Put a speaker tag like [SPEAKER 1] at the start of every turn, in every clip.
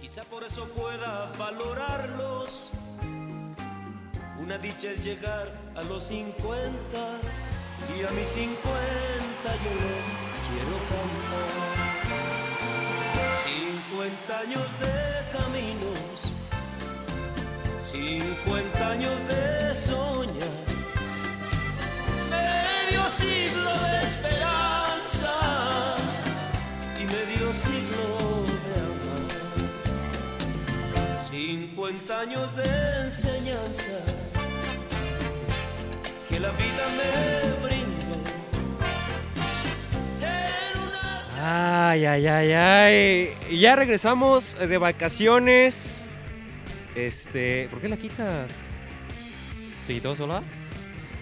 [SPEAKER 1] Quizá por eso pueda valorarlos. Una dicha es llegar a los 50 y a mis 50 yo les quiero cantar. 50 años de caminos, 50 años de soñar, medio siglo de esperanzas y medio siglo de amor. 50 años de enseñanzas que la vida me brindó. En unas
[SPEAKER 2] Ah,
[SPEAKER 3] Ay, ay, ay, ay. Y Ya regresamos de vacaciones. Este, ¿por qué la quitas? ¿Se quitó sola?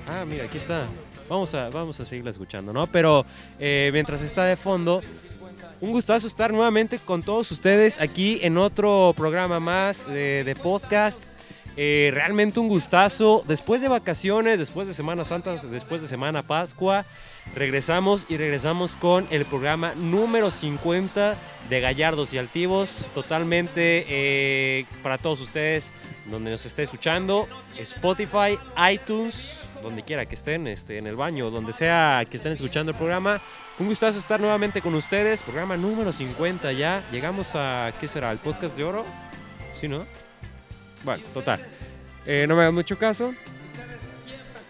[SPEAKER 3] Ah, mira, aquí está. Vamos a, vamos a seguirla escuchando, ¿no? Pero eh, mientras está de fondo, un gustazo estar nuevamente con todos ustedes aquí en otro programa más de, de podcast. Eh, realmente un gustazo. Después de vacaciones, después de Semana Santa, después de Semana Pascua, regresamos y regresamos con el programa número 50 de Gallardos y Altivos, totalmente eh, para todos ustedes, donde nos esté escuchando, Spotify, iTunes, donde quiera que estén, este, en el baño, donde sea que estén escuchando el programa. Un gustazo estar nuevamente con ustedes, programa número 50 ya. Llegamos a, ¿qué será? ¿El podcast de oro? ¿Sí, no? Bueno, total. Eh, no me hagan mucho caso.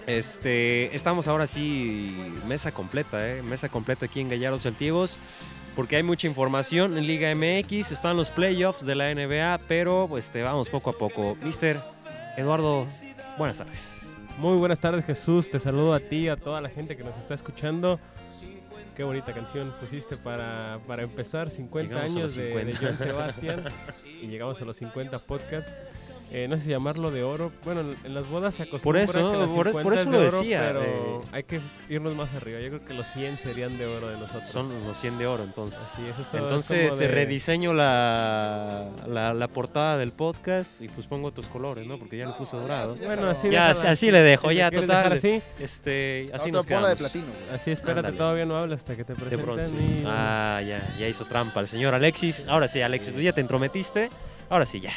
[SPEAKER 3] Este, estamos ahora sí mesa completa, ¿eh? mesa completa aquí en Gallardos y Altivos, porque hay mucha información en Liga MX, están los playoffs de la NBA, pero pues, este, vamos poco a poco. Mister Eduardo, buenas tardes.
[SPEAKER 2] Muy buenas tardes Jesús, te saludo a ti, a toda la gente que nos está escuchando. Qué bonita canción pusiste para, para empezar, 50
[SPEAKER 3] Llegamos a los
[SPEAKER 2] años de,
[SPEAKER 3] 50.
[SPEAKER 2] de John Sebastián y llegamos a los 50 podcasts. Eh, no sé si llamarlo de oro. Bueno, en las bodas se
[SPEAKER 3] Por
[SPEAKER 2] acostumbra
[SPEAKER 3] eso,
[SPEAKER 2] que las
[SPEAKER 3] por- e-
[SPEAKER 2] 50
[SPEAKER 3] por
[SPEAKER 2] es
[SPEAKER 3] eso
[SPEAKER 2] de
[SPEAKER 3] lo
[SPEAKER 2] oro,
[SPEAKER 3] decía,
[SPEAKER 2] pero
[SPEAKER 3] de-
[SPEAKER 2] hay que irnos más arriba. Yo creo que los 100 serían de oro de nosotros.
[SPEAKER 3] Son los 100 de oro entonces.
[SPEAKER 2] Así es, esto es
[SPEAKER 3] Entonces
[SPEAKER 2] como
[SPEAKER 3] eh,
[SPEAKER 2] de-
[SPEAKER 3] rediseño la, la, la portada del podcast y pues pongo otros colores, ¿no? Porque ya lo puse dorado.
[SPEAKER 2] Bueno, así
[SPEAKER 3] Ya,
[SPEAKER 2] déjala.
[SPEAKER 3] así le dejo,
[SPEAKER 2] Si
[SPEAKER 3] ya,
[SPEAKER 2] la quieres dejar
[SPEAKER 3] total.
[SPEAKER 2] Así,
[SPEAKER 3] Este, así
[SPEAKER 4] Otra bola
[SPEAKER 3] nos quedamos.
[SPEAKER 4] de platino, güey.
[SPEAKER 2] así espérate,
[SPEAKER 3] Ándale.
[SPEAKER 2] todavía no habla hasta que te
[SPEAKER 3] De
[SPEAKER 2] presenten.
[SPEAKER 3] bronce.
[SPEAKER 2] y-
[SPEAKER 3] Ah, ya, ya hizo trampa el señor Alexis. Ahora sí, Alexis, pues ya te entrometiste. Ahora sí, ya.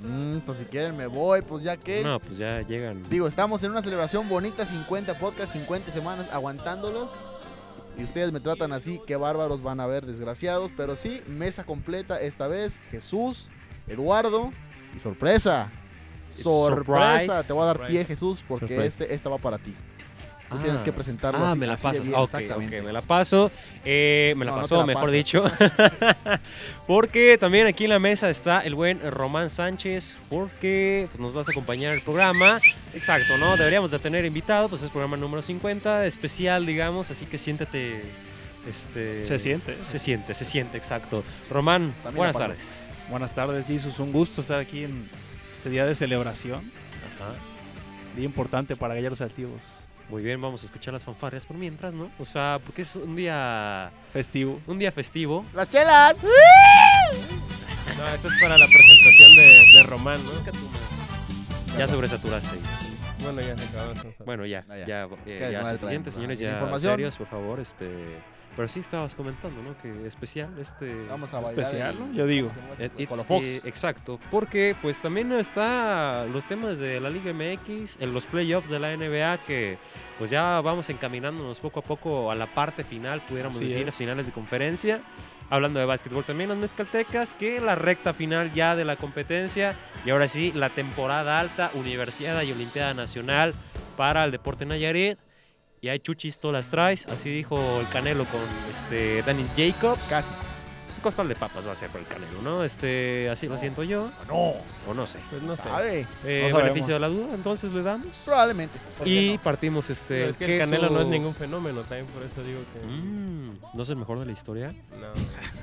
[SPEAKER 4] Mm, pues si quieren me voy, pues ya que.
[SPEAKER 3] No, pues ya llegan.
[SPEAKER 4] Digo, estamos en una celebración bonita, 50 podcasts, 50 semanas, aguantándolos. Y ustedes me tratan así, qué bárbaros van a ver, desgraciados. Pero sí, mesa completa esta vez, Jesús, Eduardo y sorpresa.
[SPEAKER 3] It's
[SPEAKER 4] Sorpresa,
[SPEAKER 3] surprise,
[SPEAKER 4] te voy a dar
[SPEAKER 2] surprise.
[SPEAKER 4] pie Jesús porque
[SPEAKER 2] Surprise.
[SPEAKER 4] este, esta va para ti. Tú
[SPEAKER 3] Ah.
[SPEAKER 4] tienes que presentarlo
[SPEAKER 3] Ah,
[SPEAKER 4] así,
[SPEAKER 3] me la
[SPEAKER 4] así de
[SPEAKER 3] pasas.
[SPEAKER 4] bien,
[SPEAKER 3] Ah, ok,
[SPEAKER 4] exactamente.
[SPEAKER 3] ok, me la paso. Eh, me la
[SPEAKER 4] No, no
[SPEAKER 3] pasó,
[SPEAKER 4] te la
[SPEAKER 3] mejor
[SPEAKER 4] pasas.
[SPEAKER 3] dicho. porque también aquí en la mesa está el buen Román Sánchez, porque pues, nos vas a acompañar en el programa. Exacto, ¿no? Deberíamos de tener invitado, pues es programa número 50, especial, digamos, así que siéntate. Este,
[SPEAKER 5] Se siente.
[SPEAKER 3] Se siente, se siente, exacto. Román,
[SPEAKER 4] También la
[SPEAKER 3] buenas
[SPEAKER 4] paso.
[SPEAKER 3] tardes.
[SPEAKER 5] Buenas tardes, Jesus. Un gusto estar aquí en este día de celebración.
[SPEAKER 3] Ajá.
[SPEAKER 5] Día importante para Gallardos Altivos.
[SPEAKER 3] Ah. Muy bien, vamos a escuchar las fanfarrias por mientras, ¿no? O sea, porque es un día
[SPEAKER 5] Festivo.
[SPEAKER 3] un día festivo.
[SPEAKER 4] ¡Las chelas!
[SPEAKER 2] No, esto es para la presentación de, de Román, ¿no?
[SPEAKER 3] Ya sobresaturaste.
[SPEAKER 2] Bueno, ya se acabó.
[SPEAKER 3] Bueno, ya,
[SPEAKER 4] Ah,
[SPEAKER 3] ya,
[SPEAKER 4] ya.
[SPEAKER 3] eh,
[SPEAKER 4] Qué
[SPEAKER 3] ya
[SPEAKER 4] desmadre
[SPEAKER 3] suficiente,
[SPEAKER 4] traen.
[SPEAKER 3] señores,
[SPEAKER 4] Ah, sin
[SPEAKER 3] ya
[SPEAKER 4] información.
[SPEAKER 3] serios, por favor, este, pero sí estabas comentando, ¿no? Que especial este
[SPEAKER 4] Vamos a bailar.
[SPEAKER 5] Especial,
[SPEAKER 4] el-
[SPEAKER 5] ¿no? Yo digo.
[SPEAKER 3] Eh, it's,
[SPEAKER 4] Con los Fox.
[SPEAKER 3] eh, exacto, porque pues también está los temas de la Liga MX, en los playoffs de la NBA que pues ya vamos encaminándonos poco a poco a la parte final, pudiéramos
[SPEAKER 5] Así
[SPEAKER 3] decir,
[SPEAKER 5] es.
[SPEAKER 3] a finales de conferencia. Hablando de básquetbol también las Mezcaltecas, que la recta final ya de la competencia y ahora sí la temporada alta, Universidad y Olimpiada Nacional para el deporte Nayarit. Y hay chuchis, todas las traes, así dijo el Canelo con este Danny Jacobs.
[SPEAKER 4] Casi.
[SPEAKER 3] Un costal de papas va a ser por el canelo, ¿no? Este, así lo siento yo.
[SPEAKER 4] No.
[SPEAKER 3] O no sé.
[SPEAKER 2] Pues no sé.
[SPEAKER 4] ¿Sabe?
[SPEAKER 3] Eh,
[SPEAKER 5] No
[SPEAKER 3] beneficio de la duda, entonces le damos.
[SPEAKER 4] Probablemente. ¿Por qué
[SPEAKER 3] Y
[SPEAKER 4] no?
[SPEAKER 3] partimos este.
[SPEAKER 2] No, es que el
[SPEAKER 3] queso.
[SPEAKER 2] Canelo no es ningún fenómeno, también por eso digo que.
[SPEAKER 3] Mm, no es el mejor de la historia.
[SPEAKER 2] No.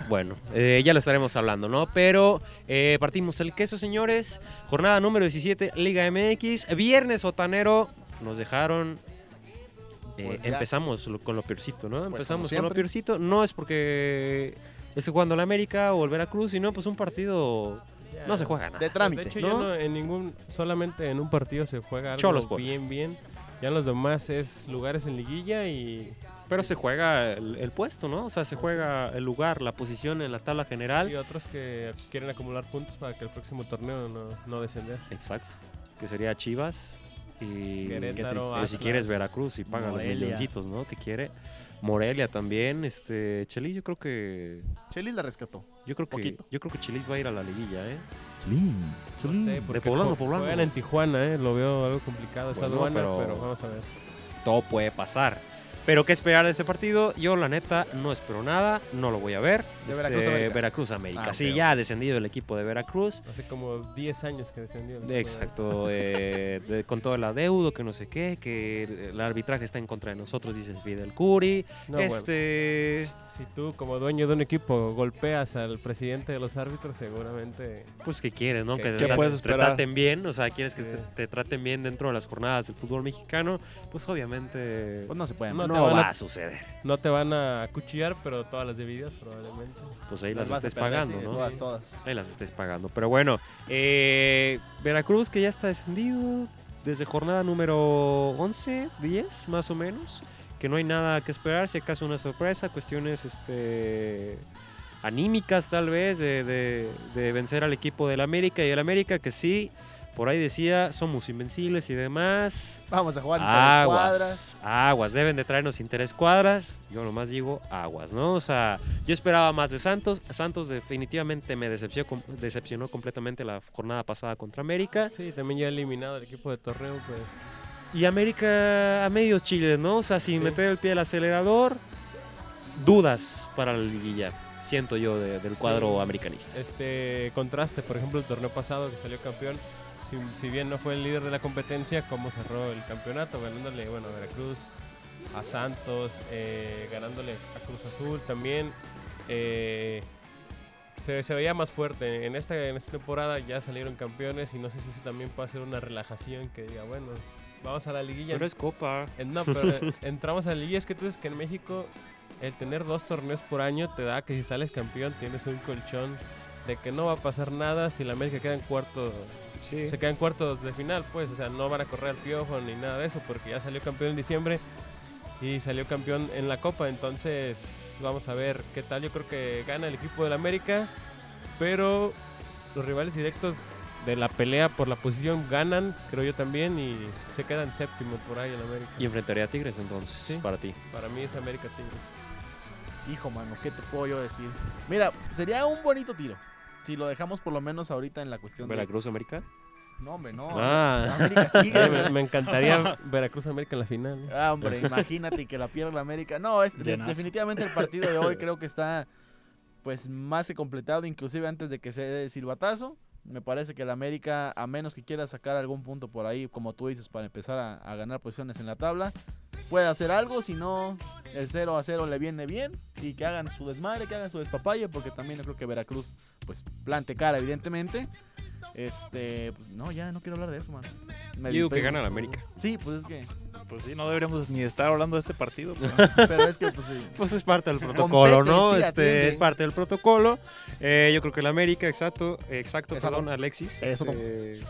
[SPEAKER 3] Bueno, eh, ya lo estaremos hablando, ¿no? Pero eh, partimos el queso, señores. Jornada número 17, Liga MX. Viernes sotanero. Nos dejaron. eh,
[SPEAKER 4] Pues ya.
[SPEAKER 3] empezamos lo- con lo peorcito, ¿no?
[SPEAKER 4] como
[SPEAKER 3] Empezamos con lo
[SPEAKER 4] siempre.
[SPEAKER 3] peorcito. No es porque esté jugando la América o el Veracruz, sino pues un partido.
[SPEAKER 2] Ya. Pues,
[SPEAKER 3] No se juega nada.
[SPEAKER 4] De
[SPEAKER 2] De
[SPEAKER 4] trámite.
[SPEAKER 2] hecho,
[SPEAKER 3] ¿no?
[SPEAKER 2] ya no, en ningún. Solamente en un partido se juega algo
[SPEAKER 3] Cholos, Puebla.
[SPEAKER 2] bien, bien. Ya los demás es lugares en liguilla y,
[SPEAKER 3] Pero se juega el, el puesto, ¿no? O sea, se juega el lugar, la posición en la tabla
[SPEAKER 2] y
[SPEAKER 3] general.
[SPEAKER 2] otros que quieren acumular puntos para que el próximo torneo no, no descender.
[SPEAKER 3] Exacto. Que sería Chivas y
[SPEAKER 2] Querétaro,
[SPEAKER 3] Pero si
[SPEAKER 2] Atlas,
[SPEAKER 3] quieres Veracruz y paga los
[SPEAKER 4] Morelia.
[SPEAKER 3] milloncitos, ¿no? Que quiere. Morelia también, este Chelis, yo creo que
[SPEAKER 4] Chelis la rescató.
[SPEAKER 3] yo creo que
[SPEAKER 4] Poquito.
[SPEAKER 3] yo creo que Chelis va a ir a la liguilla, ¿eh?
[SPEAKER 2] No sé, porque
[SPEAKER 3] poblano
[SPEAKER 2] ju-
[SPEAKER 3] a poblano.
[SPEAKER 2] Juegan en Tijuana, eh, lo veo algo complicado esa
[SPEAKER 3] Bueno,
[SPEAKER 2] aduana,
[SPEAKER 3] pero-
[SPEAKER 2] pero... vamos a ver.
[SPEAKER 3] todo puede pasar. Pero qué esperar de ese partido, yo la neta no espero nada, no lo voy a ver. Este,
[SPEAKER 4] De Veracruz América.
[SPEAKER 3] Veracruz América.
[SPEAKER 4] Ah,
[SPEAKER 3] sí,
[SPEAKER 4] ok,
[SPEAKER 3] ya ha descendido el equipo de Veracruz.
[SPEAKER 2] Hace como 10 años que descendió. el equipo de-
[SPEAKER 3] Exacto, eh, de- con todo el adeudo, que no sé qué, que el- el arbitraje está en contra de nosotros, dice Fidel Curi.
[SPEAKER 2] No, bueno,
[SPEAKER 3] este,
[SPEAKER 2] si tú como dueño de un equipo golpeas al presidente de los árbitros, seguramente
[SPEAKER 3] pues que quieres, ¿no?
[SPEAKER 2] ¿Qué-
[SPEAKER 3] que
[SPEAKER 2] qué
[SPEAKER 3] te, tra-
[SPEAKER 5] puedes
[SPEAKER 3] te
[SPEAKER 5] esperar?
[SPEAKER 3] traten bien, o sea, quieres que
[SPEAKER 2] Sí.
[SPEAKER 3] te, te traten bien dentro de las jornadas del fútbol mexicano, pues obviamente
[SPEAKER 4] Pues no se puede.
[SPEAKER 2] No
[SPEAKER 3] no,
[SPEAKER 2] te van a-
[SPEAKER 3] va a suceder.
[SPEAKER 2] no te van a cuchillar, pero todas las divididas probablemente.
[SPEAKER 3] Pues ahí
[SPEAKER 2] Las
[SPEAKER 3] las,
[SPEAKER 2] vas a
[SPEAKER 3] estés
[SPEAKER 2] perder,
[SPEAKER 3] pagando,
[SPEAKER 2] sí,
[SPEAKER 3] ¿no?
[SPEAKER 4] Todas, todas.
[SPEAKER 3] Ahí las estáis pagando. Pero bueno, eh, Veracruz que ya está descendido desde jornada número 11, 10 más o menos. Que no hay nada que esperar, si acaso una sorpresa, cuestiones este, anímicas tal vez de, de- de vencer al equipo del América. Y el América que sí, por ahí decía, somos invencibles y demás.
[SPEAKER 4] Vamos a jugar en cuadras.
[SPEAKER 3] Aguas, aguas, deben de traernos interés cuadras. Yo nomás digo aguas, ¿no? O sea, yo esperaba más de Santos. Santos definitivamente me decepcionó, com- decepcionó completamente la jornada pasada contra América.
[SPEAKER 2] Sí, también ya eliminado el equipo de Torreo, pues
[SPEAKER 3] Y América a medios chiles, ¿no? O sea, sin
[SPEAKER 2] Sí.
[SPEAKER 3] meter el pie al acelerador, dudas para la liguilla, siento yo, de- del cuadro
[SPEAKER 2] Sí.
[SPEAKER 3] americanista.
[SPEAKER 2] este contraste, por ejemplo, el torneo pasado que salió campeón, si, si bien no fue el líder de la competencia, cómo cerró el campeonato, ganándole bueno, a Veracruz, a Santos, eh, ganándole a Cruz Azul también. eh, se, se veía más fuerte. En esta, en esta temporada ya salieron campeones y no sé si eso también puede ser una relajación que diga, bueno, vamos a la liguilla.
[SPEAKER 3] Pero es Copa.
[SPEAKER 2] Eh, No, pero eh, entramos a la liga. Es que tú dices que en México el tener dos torneos por año te da que si sales campeón tienes un colchón de que no va a pasar nada si la América queda en cuarto. Se queda en cuartos de final, pues. O sea, no van a correr al piojo ni nada de eso porque ya salió campeón en diciembre y salió campeón en la Copa. Entonces, vamos a ver qué tal. Yo creo que gana el equipo del América, pero los rivales directos de la pelea por la posición ganan, creo yo también, y se quedan séptimo por ahí el América.
[SPEAKER 3] Y enfrentaría a Tigres entonces,
[SPEAKER 2] Sí.
[SPEAKER 3] para ti.
[SPEAKER 2] Para mí es América Tigres.
[SPEAKER 4] Hijo, mano, ¿qué te puedo yo decir? Mira, sería un bonito tiro. Si lo dejamos por lo menos ahorita en la cuestión
[SPEAKER 3] Veracruz, América.
[SPEAKER 4] de... No, hombre, no.
[SPEAKER 3] Ah.
[SPEAKER 4] América Tigres,
[SPEAKER 2] me, me encantaría Veracruz América en la final. ¿eh?
[SPEAKER 4] Ah, hombre, imagínate que la pierda la América. No, es de-
[SPEAKER 5] Llenazo.
[SPEAKER 4] definitivamente el partido de hoy creo que está pues más que completado, inclusive antes de que se dé el silbatazo. Me parece que la América, a menos que quiera sacar algún punto por ahí, como tú dices, para empezar a, a ganar posiciones en la tabla, puede hacer algo, si no, el 0 a 0 le viene bien y que hagan su desmadre, que hagan su despapalle, porque también yo creo que Veracruz, pues, plante cara, evidentemente. Este, pues, no, ya no quiero hablar de eso, man. Me
[SPEAKER 3] Yo digo que
[SPEAKER 4] disperso.
[SPEAKER 3] gana la América.
[SPEAKER 4] Sí, pues es que,
[SPEAKER 5] Pues sí, no deberíamos ni estar hablando de este partido. pero-
[SPEAKER 4] pero es que, pues, sí.
[SPEAKER 3] Pues es parte del protocolo, ¿no?
[SPEAKER 4] sí,
[SPEAKER 3] este,
[SPEAKER 4] atiende.
[SPEAKER 3] es parte del protocolo. Eh, yo creo que el América, exacto, exacto,
[SPEAKER 4] Exacto.
[SPEAKER 3] perdón, Alexis.
[SPEAKER 4] Exacto.
[SPEAKER 3] este,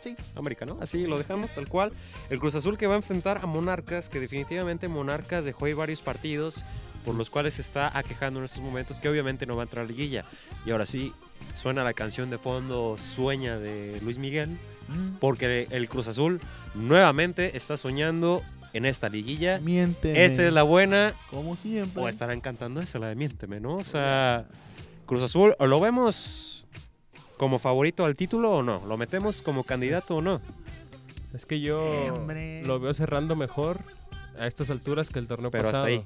[SPEAKER 4] Sí.
[SPEAKER 3] América, ¿no? Así lo dejamos tal cual. El Cruz Azul que va a enfrentar a Monarcas, que definitivamente Monarcas dejó ahí varios partidos por los cuales se está aquejando en estos momentos, que obviamente no va a entrar a liguilla. Y ahora sí, suena la canción de fondo Sueña de Luis Miguel,
[SPEAKER 4] Mm.
[SPEAKER 3] porque el Cruz Azul nuevamente está soñando en esta liguilla.
[SPEAKER 4] Miente.
[SPEAKER 3] Esta es la buena,
[SPEAKER 4] Como siempre.
[SPEAKER 3] o estarán cantando eso, la de Miénteme, ¿no? O sea, Cruz Azul, ¿o ¿lo vemos como favorito al título o no? ¿Lo metemos como candidato o no?
[SPEAKER 2] Es que yo
[SPEAKER 4] Eh, hombre.
[SPEAKER 2] lo veo cerrando mejor a estas alturas que el torneo
[SPEAKER 3] Pero hasta
[SPEAKER 2] pasado.
[SPEAKER 3] ahí.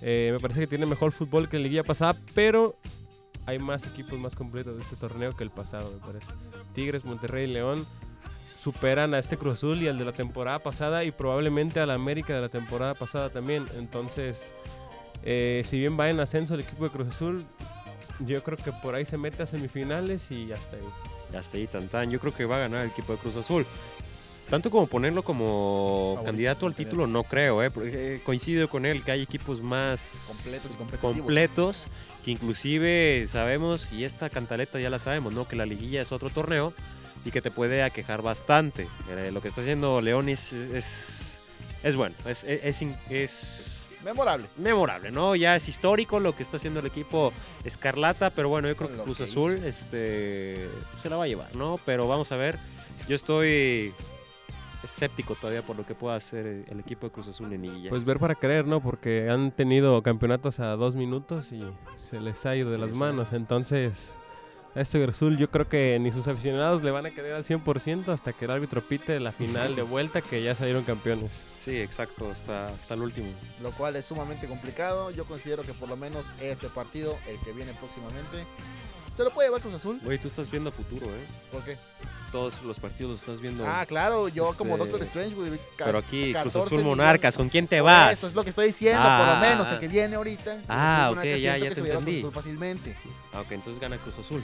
[SPEAKER 2] Eh, me parece que tiene mejor fútbol que la liguilla pasada, pero hay más equipos más completos de este torneo que el pasado, me parece. Tigres, Monterrey y León superan a este Cruz Azul y al de la temporada pasada y probablemente al América de la temporada pasada también. Entonces, eh, si bien va en ascenso el equipo de Cruz Azul, yo creo que por ahí se mete a semifinales y hasta ahí.
[SPEAKER 3] Y Hasta ahí, tan tan. Yo creo que va a ganar el equipo de Cruz Azul. Tanto como ponerlo como
[SPEAKER 4] Favorito,
[SPEAKER 3] candidato al
[SPEAKER 4] candidato.
[SPEAKER 3] título, no creo, ¿eh? Porque, eh, coincido con él que hay equipos más
[SPEAKER 4] Completos y competitivos.
[SPEAKER 3] completos que inclusive sabemos, y esta cantaleta ya la sabemos, ¿no? Que la liguilla es otro torneo y que te puede aquejar bastante. Eh, lo que está haciendo León es, es es bueno, es, es, es in- es
[SPEAKER 4] Memorable.
[SPEAKER 3] memorable, ¿no? Ya es histórico lo que está haciendo el equipo Escarlata, pero bueno, yo creo que
[SPEAKER 4] Lo
[SPEAKER 3] Cruz
[SPEAKER 4] que
[SPEAKER 3] Azul este, se la va a llevar, ¿no? Pero vamos a ver, yo estoy escéptico todavía por lo que pueda hacer el equipo de Cruz Azul en Liguilla.
[SPEAKER 2] Pues ver para creer, ¿no? Porque han tenido campeonatos a dos minutos y se les ha ido de
[SPEAKER 3] Sí,
[SPEAKER 2] las
[SPEAKER 3] sí.
[SPEAKER 2] manos. Entonces, a este Azul yo creo que ni sus aficionados le van a querer al 100% hasta que el árbitro pite la final de vuelta que ya salieron campeones.
[SPEAKER 3] sí, exacto, hasta, hasta el último.
[SPEAKER 4] lo cual es sumamente complicado. Yo considero que por lo menos este partido, el que viene próximamente, se lo puede llevar Cruz Azul.
[SPEAKER 3] Güey, tú estás viendo a futuro, ¿eh?
[SPEAKER 4] ¿Por qué?
[SPEAKER 3] Todos los partidos los estás viendo.
[SPEAKER 4] Ah, claro, yo como
[SPEAKER 3] Este,
[SPEAKER 4] Doctor Strange, güey. ca-
[SPEAKER 3] pero aquí, Cruz
[SPEAKER 4] 14
[SPEAKER 3] Azul
[SPEAKER 4] millones.
[SPEAKER 3] Monarcas, ¿con quién te
[SPEAKER 4] Por
[SPEAKER 3] vas?
[SPEAKER 4] Eso es lo que estoy diciendo, por
[SPEAKER 3] Ah.
[SPEAKER 4] lo menos el que viene ahorita. Cruz
[SPEAKER 3] Ah,
[SPEAKER 4] Azul,
[SPEAKER 3] ok,
[SPEAKER 4] Monarcas,
[SPEAKER 3] ya,
[SPEAKER 4] siento que
[SPEAKER 3] ya te
[SPEAKER 4] se lo lleva
[SPEAKER 3] entendí.
[SPEAKER 4] Cruz Azul fácilmente.
[SPEAKER 3] Ah, ok, entonces gana Cruz Azul.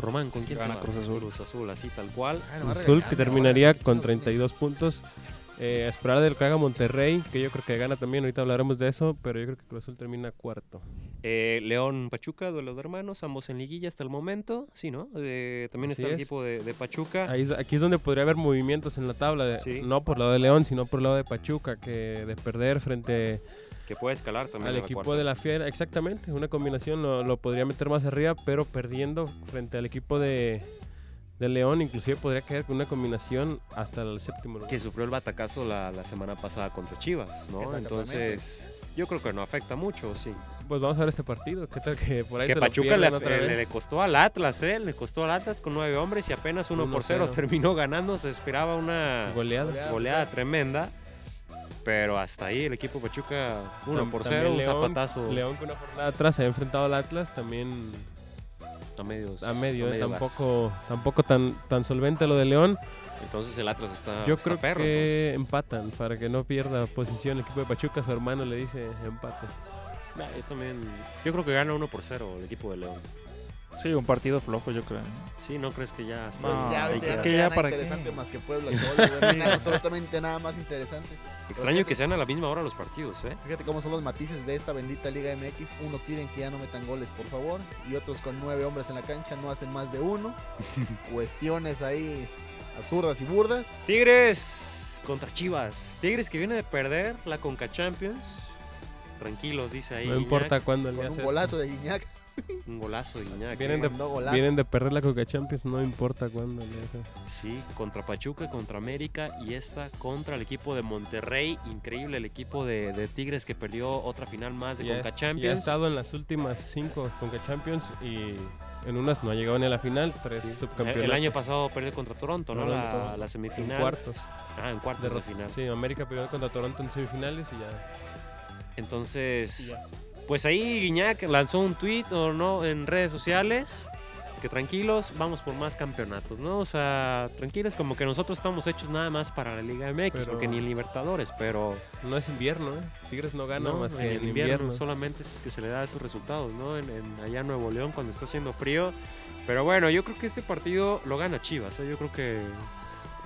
[SPEAKER 3] Román, ¿con quién
[SPEAKER 5] Gana
[SPEAKER 3] te vas?
[SPEAKER 5] Cruz Azul.
[SPEAKER 3] Cruz Azul, así tal cual.
[SPEAKER 4] Ah, no, va
[SPEAKER 2] Cruz Azul
[SPEAKER 4] regañando,
[SPEAKER 2] que
[SPEAKER 4] ahora,
[SPEAKER 2] terminaría
[SPEAKER 4] Cruz
[SPEAKER 2] con
[SPEAKER 4] Azul viene.
[SPEAKER 2] 32 puntos. Eh, a esperar del que haga Monterrey, que yo creo que gana también, ahorita hablaremos de eso, pero yo creo que Cruz Azul termina cuarto.
[SPEAKER 3] Eh, León Pachuca, duelo de hermanos, ambos en liguilla hasta el momento. Sí, ¿no? Eh, también
[SPEAKER 2] Así
[SPEAKER 3] está el
[SPEAKER 2] es.
[SPEAKER 3] equipo de, de Pachuca.
[SPEAKER 2] Ahí es- aquí es donde podría haber movimientos en la tabla, de-
[SPEAKER 3] Sí.
[SPEAKER 2] no por el lado de León, sino por el lado de Pachuca, que de perder frente
[SPEAKER 3] Que puede escalar también.
[SPEAKER 2] al
[SPEAKER 3] a la
[SPEAKER 2] equipo
[SPEAKER 3] cuarta.
[SPEAKER 2] de la Fiera, exactamente, una combinación lo, lo podría meter más arriba, pero perdiendo frente al equipo de, de León, inclusive podría caer con una combinación hasta el séptimo lugar.
[SPEAKER 3] Que sufrió el batacazo la, la semana pasada contra Chivas, ¿no?
[SPEAKER 4] Exactamente.
[SPEAKER 3] Entonces, yo creo que no afecta mucho, sí.
[SPEAKER 2] Pues vamos a ver este partido, qué tal que por ahí
[SPEAKER 3] Que
[SPEAKER 2] te lo
[SPEAKER 3] Pachuca le, eh,
[SPEAKER 2] pierden otra
[SPEAKER 3] le-
[SPEAKER 2] vez?
[SPEAKER 3] le costó al Atlas, ¿eh? Le costó al Atlas con nueve hombres y apenas uno por cero
[SPEAKER 2] 1-0.
[SPEAKER 3] terminó ganando. Se esperaba una
[SPEAKER 2] goleada.
[SPEAKER 4] Goleada.
[SPEAKER 3] goleada tremenda. Pero hasta ahí el equipo Pachuca uno
[SPEAKER 2] Tam-
[SPEAKER 3] por
[SPEAKER 2] también
[SPEAKER 3] cero un
[SPEAKER 2] León-
[SPEAKER 3] zapatazo
[SPEAKER 2] León que una jornada atrás se ha enfrentado al Atlas, también
[SPEAKER 3] a medios.
[SPEAKER 2] a medio,
[SPEAKER 3] a
[SPEAKER 2] eh,
[SPEAKER 3] medio gas.
[SPEAKER 2] tampoco, tampoco tan, tan solvente lo de León.
[SPEAKER 3] Entonces el Atlas está,
[SPEAKER 2] Yo
[SPEAKER 3] pues está
[SPEAKER 2] creo
[SPEAKER 3] perro.
[SPEAKER 2] que
[SPEAKER 3] entonces.
[SPEAKER 2] empatan para que no pierda posición el equipo de Pachuca. Su hermano le dice empate.
[SPEAKER 3] Nah, yo también. Yo creo que gana 1 por 0 el equipo de León.
[SPEAKER 5] Sí, un partido flojo, yo creo.
[SPEAKER 3] Sí, ¿no crees que ya está?
[SPEAKER 4] Pues
[SPEAKER 5] No,
[SPEAKER 4] ya,
[SPEAKER 5] es
[SPEAKER 4] ahorita ya
[SPEAKER 5] que
[SPEAKER 4] no hay
[SPEAKER 5] ya
[SPEAKER 4] nada
[SPEAKER 5] para qué.
[SPEAKER 4] interesante más que Puebla, que Puebla, güey, no hay absolutamente nada más interesante.
[SPEAKER 3] Extraño que sean a la misma hora los partidos, ¿eh?
[SPEAKER 4] Fíjate cómo son los matices de esta bendita Liga MX. Unos piden que ya no metan goles, por favor. Y otros con nueve hombres en la cancha no hacen más de uno. Cuestiones ahí absurdas y burdas.
[SPEAKER 3] Tigres contra Chivas. Tigres que viene de perder la Conca Champions. Tranquilos, dice ahí.
[SPEAKER 2] No
[SPEAKER 3] Iñak.
[SPEAKER 2] importa cuándo le
[SPEAKER 4] Con un
[SPEAKER 2] haces.
[SPEAKER 4] golazo de Guiñac.
[SPEAKER 3] Un golazo de Iñak.
[SPEAKER 2] Vienen
[SPEAKER 3] sí.
[SPEAKER 2] de-
[SPEAKER 4] Mandó golazo.
[SPEAKER 2] Vienen de perder la Coca Champions, no importa cuándo le haces.
[SPEAKER 3] Sí, contra Pachuca, contra América y esta contra el equipo de Monterrey. Increíble el equipo de, de Tigres que perdió otra final más de
[SPEAKER 2] Ya
[SPEAKER 3] Conca
[SPEAKER 2] es- ya ha
[SPEAKER 3] Champions.
[SPEAKER 2] estado en las últimas cinco Conca Champions y en unas no ha llegado ni a la final. Tres
[SPEAKER 3] El,
[SPEAKER 2] subcampeonatos.
[SPEAKER 3] el año pasado perdió contra Toronto, ¿no?
[SPEAKER 2] Toronto.
[SPEAKER 3] La, la
[SPEAKER 2] en
[SPEAKER 3] semifinal.
[SPEAKER 2] cuartos.
[SPEAKER 3] Ah, en cuartos de
[SPEAKER 2] Derrot-
[SPEAKER 3] final.
[SPEAKER 2] Sí, América perdió contra Toronto en semifinales y ya.
[SPEAKER 3] Entonces, pues ahí Guiñac lanzó un tweet o no en redes sociales que tranquilos, vamos por más campeonatos, ¿no? O sea, tranquilos, como que nosotros estamos hechos nada más para la Liga MX,
[SPEAKER 2] Pero-
[SPEAKER 3] porque ni en Libertadores, pero
[SPEAKER 2] No es invierno, ¿eh? Tigres no gana
[SPEAKER 3] no,
[SPEAKER 2] más que
[SPEAKER 3] en invierno,
[SPEAKER 2] Solo
[SPEAKER 3] solamente es que se le da esos resultados, ¿no? En, en- allá en Nuevo León cuando está haciendo frío. Pero bueno, yo creo que este partido lo gana Chivas, ¿eh? yo creo que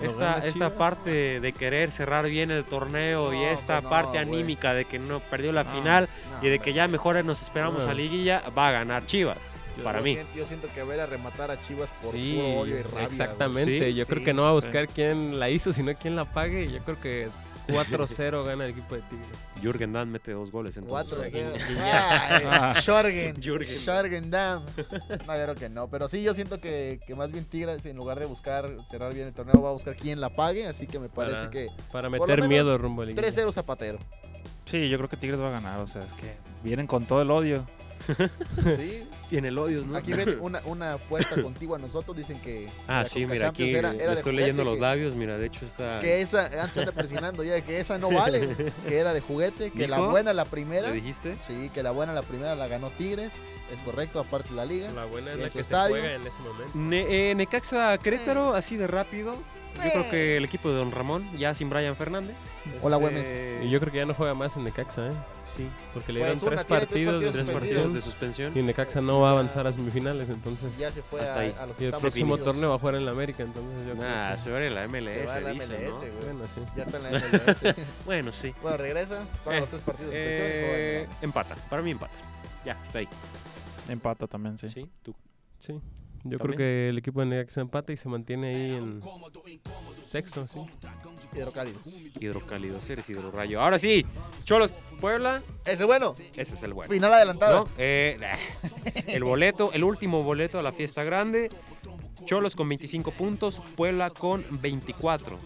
[SPEAKER 2] ¿Lo
[SPEAKER 3] esta,
[SPEAKER 2] gana
[SPEAKER 3] esta
[SPEAKER 2] Chivas?
[SPEAKER 3] parte de querer cerrar bien el torneo y
[SPEAKER 4] No,
[SPEAKER 3] esta
[SPEAKER 4] pues no,
[SPEAKER 3] parte
[SPEAKER 4] güey. Ah,
[SPEAKER 3] anímica de que no perdió la
[SPEAKER 5] No.
[SPEAKER 3] final
[SPEAKER 4] No,
[SPEAKER 3] y de
[SPEAKER 4] hombre.
[SPEAKER 3] que ya mejor nos esperamos a
[SPEAKER 2] Ah.
[SPEAKER 3] liguilla, va a ganar Chivas,
[SPEAKER 2] Yo-
[SPEAKER 3] para
[SPEAKER 4] yo
[SPEAKER 3] mí.
[SPEAKER 4] siento- yo siento que ver a rematar a Chivas por
[SPEAKER 2] sí,
[SPEAKER 4] puro odio y rabia. güey.
[SPEAKER 2] exactamente.
[SPEAKER 3] Sí,
[SPEAKER 2] yo creo
[SPEAKER 4] sí,
[SPEAKER 2] que no va a buscar quién la hizo, sino quién la pague. Y yo creo que 4-0 gana el equipo de Tigres.
[SPEAKER 3] Jürgen Dan mete dos goles entonces.
[SPEAKER 4] Cuatro,
[SPEAKER 3] por
[SPEAKER 4] cero.
[SPEAKER 3] aquí.
[SPEAKER 4] Ay, Jorgen.
[SPEAKER 3] Jorgen.
[SPEAKER 4] Jorgen Damm. No, yo creo que no. Pero sí, yo siento que, que más bien Tigres, en lugar de buscar cerrar bien el torneo, va a buscar quién la pague. Así que me parece
[SPEAKER 2] Para-
[SPEAKER 4] que
[SPEAKER 2] Para
[SPEAKER 4] Por lo
[SPEAKER 2] meter
[SPEAKER 4] menos
[SPEAKER 2] miedo rumbo al equipo.
[SPEAKER 4] 3-0 Zapatero.
[SPEAKER 5] Sí, yo creo que Tigres va a ganar. O sea, es que vienen con todo el odio.
[SPEAKER 4] Sí.
[SPEAKER 3] Tiene el odio, ¿no?
[SPEAKER 4] Aquí ven una, una puerta contigua a nosotros. Dicen que.
[SPEAKER 3] Ah,
[SPEAKER 4] la
[SPEAKER 3] sí,
[SPEAKER 4] Conca
[SPEAKER 3] mira, aquí
[SPEAKER 4] Champions era- era
[SPEAKER 3] le
[SPEAKER 4] de
[SPEAKER 3] estoy leyendo los
[SPEAKER 4] juguete,
[SPEAKER 3] labios, mira, de hecho está...
[SPEAKER 4] Que, que esa. ah, se anda presionando ya. Que esa no vale. Que era de juguete. Que la
[SPEAKER 3] ¿Dijo?
[SPEAKER 4] buena, la
[SPEAKER 3] ¿Le
[SPEAKER 4] primera.
[SPEAKER 3] dijiste?
[SPEAKER 4] Sí, que la buena, la primera la ganó Tigres. Es correcto, aparte la liga.
[SPEAKER 2] La buena es
[SPEAKER 4] Y
[SPEAKER 2] la
[SPEAKER 4] ¿eh? en su
[SPEAKER 2] que
[SPEAKER 4] estadio.
[SPEAKER 2] se juega en ese momento.
[SPEAKER 3] Ne- eh, Necaxa Querétaro, así de rápido. Yo creo que el equipo de Don Ramón, ya sin Brian Fernández.
[SPEAKER 4] Hola,
[SPEAKER 3] Güemes.
[SPEAKER 1] Eh,
[SPEAKER 2] Y yo creo que ya no juega más en Necaxa, ¿eh?
[SPEAKER 3] Sí,
[SPEAKER 2] Porque le
[SPEAKER 4] Pues
[SPEAKER 2] dieron
[SPEAKER 4] una
[SPEAKER 2] tres
[SPEAKER 4] tiene tres
[SPEAKER 2] partidos de
[SPEAKER 4] partidos
[SPEAKER 3] tres partidos de suspensión.
[SPEAKER 2] Y Necaxa no va a avanzar a semifinales, entonces.
[SPEAKER 4] Ya se fue
[SPEAKER 3] Hasta
[SPEAKER 4] a,
[SPEAKER 3] ahí.
[SPEAKER 4] a los
[SPEAKER 2] Y el
[SPEAKER 4] Estados
[SPEAKER 2] próximo
[SPEAKER 4] Unidos.
[SPEAKER 2] torneo va a jugar en la América, entonces yo
[SPEAKER 3] Nah,
[SPEAKER 2] creo
[SPEAKER 3] Ah, se va a ir a la
[SPEAKER 4] Se va a
[SPEAKER 3] MLS,
[SPEAKER 4] la
[SPEAKER 3] dicen, ¿no?
[SPEAKER 4] MLS,
[SPEAKER 2] que-
[SPEAKER 4] güey.
[SPEAKER 2] Bueno, sí.
[SPEAKER 4] Ya está en la MLS.
[SPEAKER 3] Bueno, sí.
[SPEAKER 4] bueno, regresa. Para
[SPEAKER 3] Eh,
[SPEAKER 4] los tres partidos de
[SPEAKER 3] Eh,
[SPEAKER 4] suspensión.
[SPEAKER 3] empata, para mí empata. Ya, está ahí.
[SPEAKER 5] Empata también, sí.
[SPEAKER 3] Sí, tú.
[SPEAKER 2] Sí. Yo creo que el equipo de Necaxa empata y se mantiene ahí en sexto, sí.
[SPEAKER 4] Hidrocálido.
[SPEAKER 3] Hidrocálidos, eres hidrorrayo. Ahora sí, Cholos Puebla,
[SPEAKER 4] Ese bueno.
[SPEAKER 3] ese es el bueno.
[SPEAKER 4] Final adelantado.
[SPEAKER 3] ¿no? Eh, nah. el boleto, el último boleto a la fiesta grande. Cholos con 25 puntos, Puebla con 24.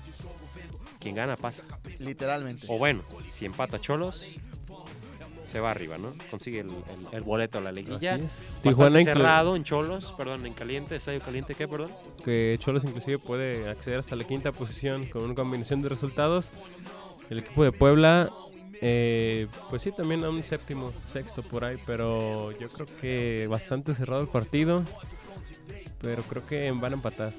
[SPEAKER 3] Quien gana pasa.
[SPEAKER 4] Literalmente.
[SPEAKER 3] O bueno, si empata Cholos, se va arriba, ¿no? Consigue el, el- el boleto a la liguilla.
[SPEAKER 2] Así es.
[SPEAKER 3] Tijuana
[SPEAKER 2] Tijuana
[SPEAKER 3] cerrado en Cholos, perdón, en Caliente, Estadio Caliente, ¿qué, perdón?
[SPEAKER 2] inclu- que Cholos inclusive puede acceder hasta la quinta posición con una combinación de resultados. El equipo de Puebla, eh, pues sí, también a un séptimo, sexto por ahí, pero yo creo que bastante cerrado el partido. Pero creo que van a empatar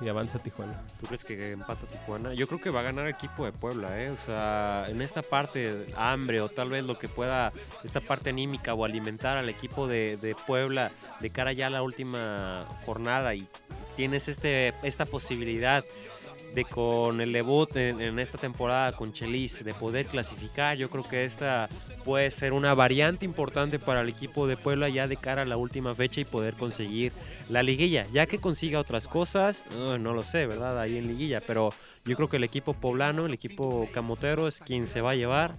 [SPEAKER 2] y avanza Tijuana.
[SPEAKER 3] ¿Tú crees que empata Tijuana? Yo creo que va a ganar el equipo de Puebla, ¿eh? O sea, en esta parte, hambre o tal vez lo que pueda, esta parte anímica o alimentar al equipo de, de Puebla de cara ya a la última jornada y tienes este, esta posibilidad de con el debut en, en esta temporada con Chelis, de poder clasificar, yo creo que esta puede ser una variante importante para el equipo de Puebla ya de cara a la última fecha y poder conseguir la liguilla. Ya que consiga otras cosas, eh, no lo sé, ¿verdad? Ahí en liguilla, pero yo creo que el equipo poblano, el equipo camotero es quien se va a llevar,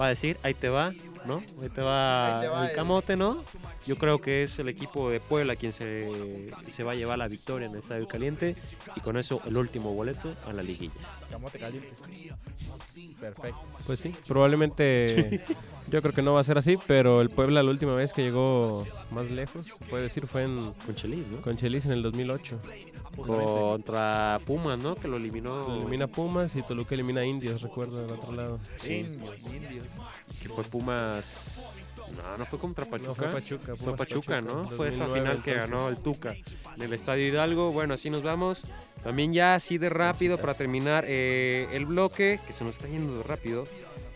[SPEAKER 3] va a decir, ahí te va, ¿no? Ahí te va,
[SPEAKER 4] Ahí te va
[SPEAKER 3] el
[SPEAKER 4] el-
[SPEAKER 3] camote, ¿no? Yo creo que es el equipo de Puebla quien se, se va a llevar la victoria en el Estadio Caliente y con eso el último boleto a la liguilla.
[SPEAKER 4] Camote caliente. Perfecto.
[SPEAKER 2] Pues sí, probablemente. Yo creo que no va a ser así, pero el Puebla la última vez que llegó más lejos, se puede decir, fue en,
[SPEAKER 3] Con Chelis, ¿no?
[SPEAKER 2] con Chelis en el 2008.
[SPEAKER 3] Contra Pumas, ¿no? Que lo eliminó.
[SPEAKER 2] Elimina Pumas y Toluca elimina a Indios, recuerdo, del otro lado.
[SPEAKER 4] Indios,
[SPEAKER 3] Que fue Pumas. No, no fue contra Pachuca.
[SPEAKER 2] No, fue Pachuca.
[SPEAKER 3] Fue
[SPEAKER 2] Pumas,
[SPEAKER 3] Pachuca, ¿no? Fue esa
[SPEAKER 2] 2009,
[SPEAKER 3] final que
[SPEAKER 2] entonces.
[SPEAKER 3] ganó el Tuca en el Estadio Hidalgo. Bueno, así nos vamos. También ya así de rápido para terminar eh, el bloque, que se nos está yendo de rápido.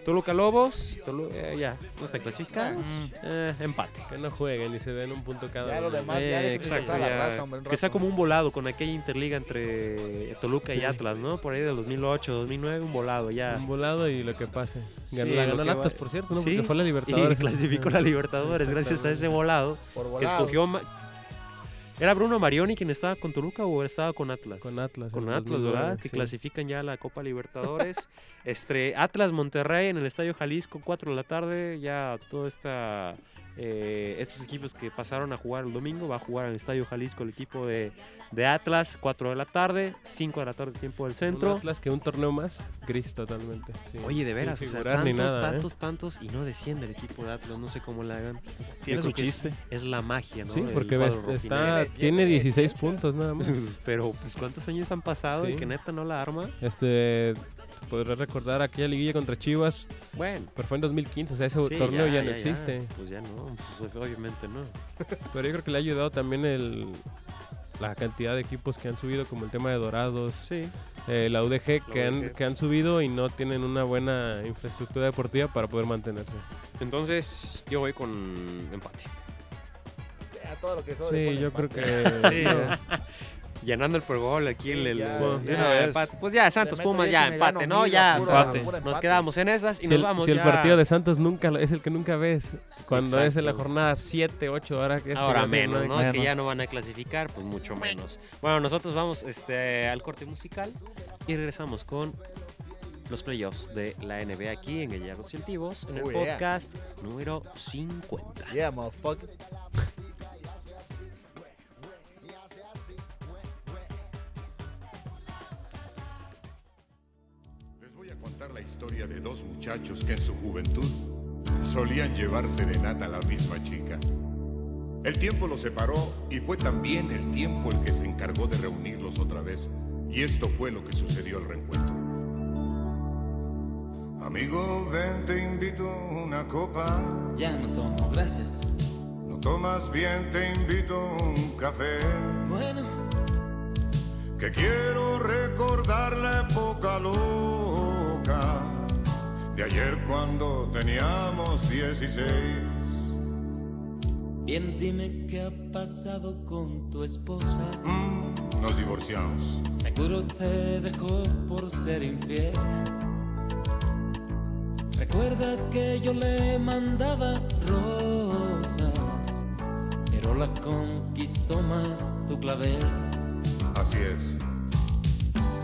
[SPEAKER 3] Toluca Lobos, Tolu- eh, ya, no se clasifica.
[SPEAKER 5] Mm,
[SPEAKER 3] Eh, empate.
[SPEAKER 2] Que no jueguen y se den un punto cada
[SPEAKER 4] Ya lo
[SPEAKER 2] uno.
[SPEAKER 4] demás, Ah, ya
[SPEAKER 3] Eh,
[SPEAKER 4] dejen
[SPEAKER 3] exacto,
[SPEAKER 4] descansar a la
[SPEAKER 3] ya.
[SPEAKER 4] raza, hombre, un
[SPEAKER 3] Que sea
[SPEAKER 4] rato.
[SPEAKER 3] como un volado con aquella interliga entre Toluca y
[SPEAKER 2] Sí.
[SPEAKER 3] Atlas, ¿no? Por ahí del 2008, 2009, un volado ya.
[SPEAKER 2] Eh, Un volado y lo que pase. Ganó,
[SPEAKER 3] Sí,
[SPEAKER 2] la
[SPEAKER 3] lo que
[SPEAKER 2] ganó el Atlas,
[SPEAKER 3] va-
[SPEAKER 2] por cierto, ¿no?
[SPEAKER 3] Sí,
[SPEAKER 2] Porque fue la
[SPEAKER 3] Y
[SPEAKER 2] Libertadores.
[SPEAKER 3] clasificó la Libertadores gracias a ese volado.
[SPEAKER 4] Por
[SPEAKER 3] que
[SPEAKER 4] volados.
[SPEAKER 3] escogió. Ma- ¿Era Bruno Marioni quien estaba con Toluca o estaba con Atlas?
[SPEAKER 2] Con Atlas.
[SPEAKER 3] Con
[SPEAKER 2] en el
[SPEAKER 3] Atlas,
[SPEAKER 2] 2009,
[SPEAKER 3] ¿verdad? Que
[SPEAKER 2] sí.
[SPEAKER 3] clasifican ya a la Copa Libertadores. este, Atlas Monterrey en el Estadio Jalisco, 4 de la tarde. Ya todo esta. eh, estos equipos que pasaron a jugar el domingo va a jugar en el Estadio Jalisco el equipo de, de Atlas, 4 de la tarde, 5 de la tarde, tiempo del
[SPEAKER 2] Un
[SPEAKER 3] centro.
[SPEAKER 2] Atlas que un torneo más, gris totalmente. sí.
[SPEAKER 3] Oye, de
[SPEAKER 2] Sin
[SPEAKER 3] veras, o sea,
[SPEAKER 2] figurar
[SPEAKER 3] tantos,
[SPEAKER 2] ni nada, ¿eh?
[SPEAKER 3] tantos, tantos, y no desciende el equipo de Atlas, no sé cómo la hagan.
[SPEAKER 5] Tiene
[SPEAKER 3] Yo
[SPEAKER 5] su
[SPEAKER 3] creo que es-
[SPEAKER 5] chiste.
[SPEAKER 3] Es, la magia, ¿no?
[SPEAKER 2] Sí,
[SPEAKER 3] del
[SPEAKER 2] porque ves,
[SPEAKER 3] cuadro
[SPEAKER 2] está,
[SPEAKER 4] Tiene- tiene
[SPEAKER 2] tiene 16
[SPEAKER 4] ciencia.
[SPEAKER 2] puntos nada más.
[SPEAKER 3] rojinegro. Pero, pues, ¿cuántos años han pasado y
[SPEAKER 2] Sí.
[SPEAKER 3] que neta no la arma?
[SPEAKER 2] Este, podré recordar aquella liguilla contra Chivas,
[SPEAKER 3] Bueno.
[SPEAKER 2] pero fue en 2015, o sea, ese
[SPEAKER 3] sí,
[SPEAKER 2] torneo ya, no existe.
[SPEAKER 3] Pues ya no, pues, obviamente no.
[SPEAKER 2] Pero yo creo que le ha ayudado también el, la cantidad de equipos que han subido, como el tema de Dorados,
[SPEAKER 3] Sí.
[SPEAKER 2] eh, la UDG, que, Han,
[SPEAKER 3] UDG.
[SPEAKER 2] que han subido y no tienen una buena infraestructura deportiva para poder mantenerse.
[SPEAKER 3] Entonces, yo voy con empate.
[SPEAKER 4] A todo lo que sobre,
[SPEAKER 2] Sí,
[SPEAKER 4] ponle
[SPEAKER 2] yo creo
[SPEAKER 4] empate.
[SPEAKER 2] que...
[SPEAKER 3] Sí,
[SPEAKER 2] no.
[SPEAKER 3] Llenando el pergol aquí el,
[SPEAKER 4] Sí,
[SPEAKER 3] el-
[SPEAKER 4] ya,
[SPEAKER 3] pues,
[SPEAKER 4] ya.
[SPEAKER 3] de una vez. empate. Pues ya, Santos
[SPEAKER 4] Le meto
[SPEAKER 3] Pumas,
[SPEAKER 4] diez
[SPEAKER 3] ya,
[SPEAKER 4] y me gano
[SPEAKER 3] empate, ¿no?
[SPEAKER 4] mil,
[SPEAKER 3] Ya,
[SPEAKER 4] la
[SPEAKER 3] o
[SPEAKER 4] pura-
[SPEAKER 3] sea,
[SPEAKER 2] empate.
[SPEAKER 4] pura
[SPEAKER 3] nos
[SPEAKER 4] empate.
[SPEAKER 3] quedamos en esas y
[SPEAKER 2] Si,
[SPEAKER 3] nos
[SPEAKER 2] el,
[SPEAKER 3] vamos
[SPEAKER 2] si el
[SPEAKER 3] ya.
[SPEAKER 2] partido de Santos nunca lo- es el que nunca ves, cuando es en la
[SPEAKER 3] Exacto.
[SPEAKER 2] jornada 7, 8 horas que este
[SPEAKER 3] Ahora
[SPEAKER 2] gran torneo
[SPEAKER 3] menos,
[SPEAKER 2] de-
[SPEAKER 3] ¿no?
[SPEAKER 5] menos.
[SPEAKER 3] Que ya no van a clasificar, pues mucho menos. Bueno, nosotros vamos este, al corte musical y regresamos con los playoffs de la NBA aquí en Gallardos y Altivos, en el
[SPEAKER 4] Oh, yeah.
[SPEAKER 3] podcast número 50.
[SPEAKER 4] Yeah, motherfucker.
[SPEAKER 6] Les voy a contar la historia de dos muchachos que en su juventud solían llevarse de nata a la misma chica. El tiempo los separó y fue también el tiempo el que se encargó de reunirlos otra vez. Y esto fue lo que sucedió al reencuentro. Amigo, ven, te invito a una copa.
[SPEAKER 7] Ya no tomo, gracias.
[SPEAKER 6] No tomas bien, te invito a un café.
[SPEAKER 7] Bueno,
[SPEAKER 6] que quiero recordar la época loca de ayer cuando teníamos 16.
[SPEAKER 7] bien dime qué ha pasado con tu esposa.
[SPEAKER 6] Mm, nos divorciamos.
[SPEAKER 7] Seguro te dejó por ser infiel. ¿Recuerdas que yo le mandaba rosas? Y pero la conquistó más tu clavel.
[SPEAKER 6] Así es.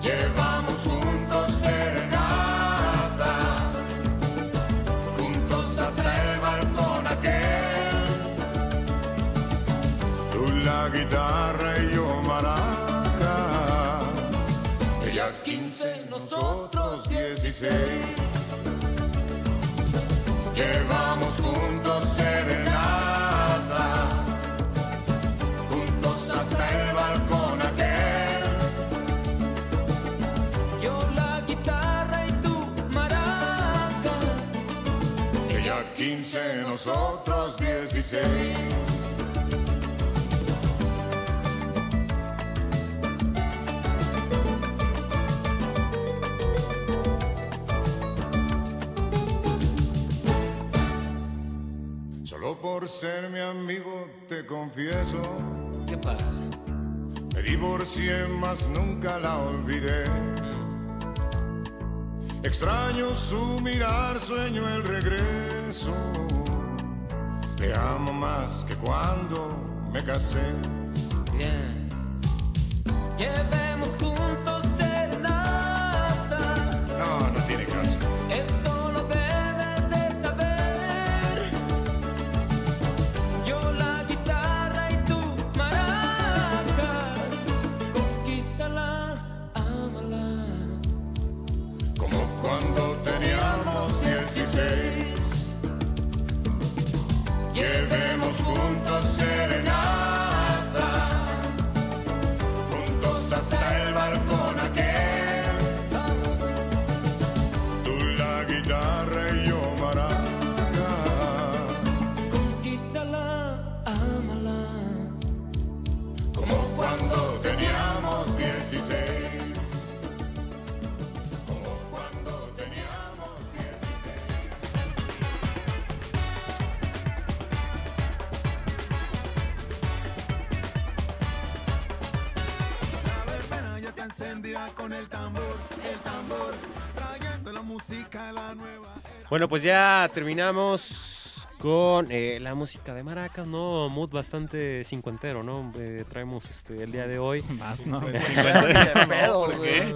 [SPEAKER 7] Llevamos juntos serenata, juntos hasta el balcón aquel.
[SPEAKER 6] Tú la guitarra y yo maraca. Ella 15, nosotros 16. Llevamos juntos serenata, juntos hasta el balcón aquel.
[SPEAKER 7] Yo la guitarra y tú maracas.
[SPEAKER 6] Ella 15, nosotros 16. Solo por ser mi amigo te confieso,
[SPEAKER 7] ¿Qué pasa?
[SPEAKER 6] me divorcié, mas nunca la olvidé. Extraño su mirar, sueño el regreso. Le amo más que cuando me casé.
[SPEAKER 7] Bien. Llevemos juntos serenata.
[SPEAKER 6] No, no tiene caso.
[SPEAKER 7] Esto lo debes de saber. Yo la guitarra y tú maracas. Conquístala, ámala.
[SPEAKER 6] como cuando teníamos 16. Llevemos juntos serenata, juntos hasta el balcón aquel. Tú la guitarra y yo maraca,
[SPEAKER 7] Conquístala, ámala.
[SPEAKER 6] como cuando teníamos 16. Como cuando teníamos 16.
[SPEAKER 8] La verbena ya está encendida con el tambor, el tambor, trayendo la música a la nueva era.
[SPEAKER 3] Bueno, pues ya terminamos con eh, la música de Maracas, ¿no? Mood bastante cincuentero, ¿no? Eh, traemos este, el día de hoy.
[SPEAKER 5] Más, ¿no?
[SPEAKER 4] Qué pedo, güey.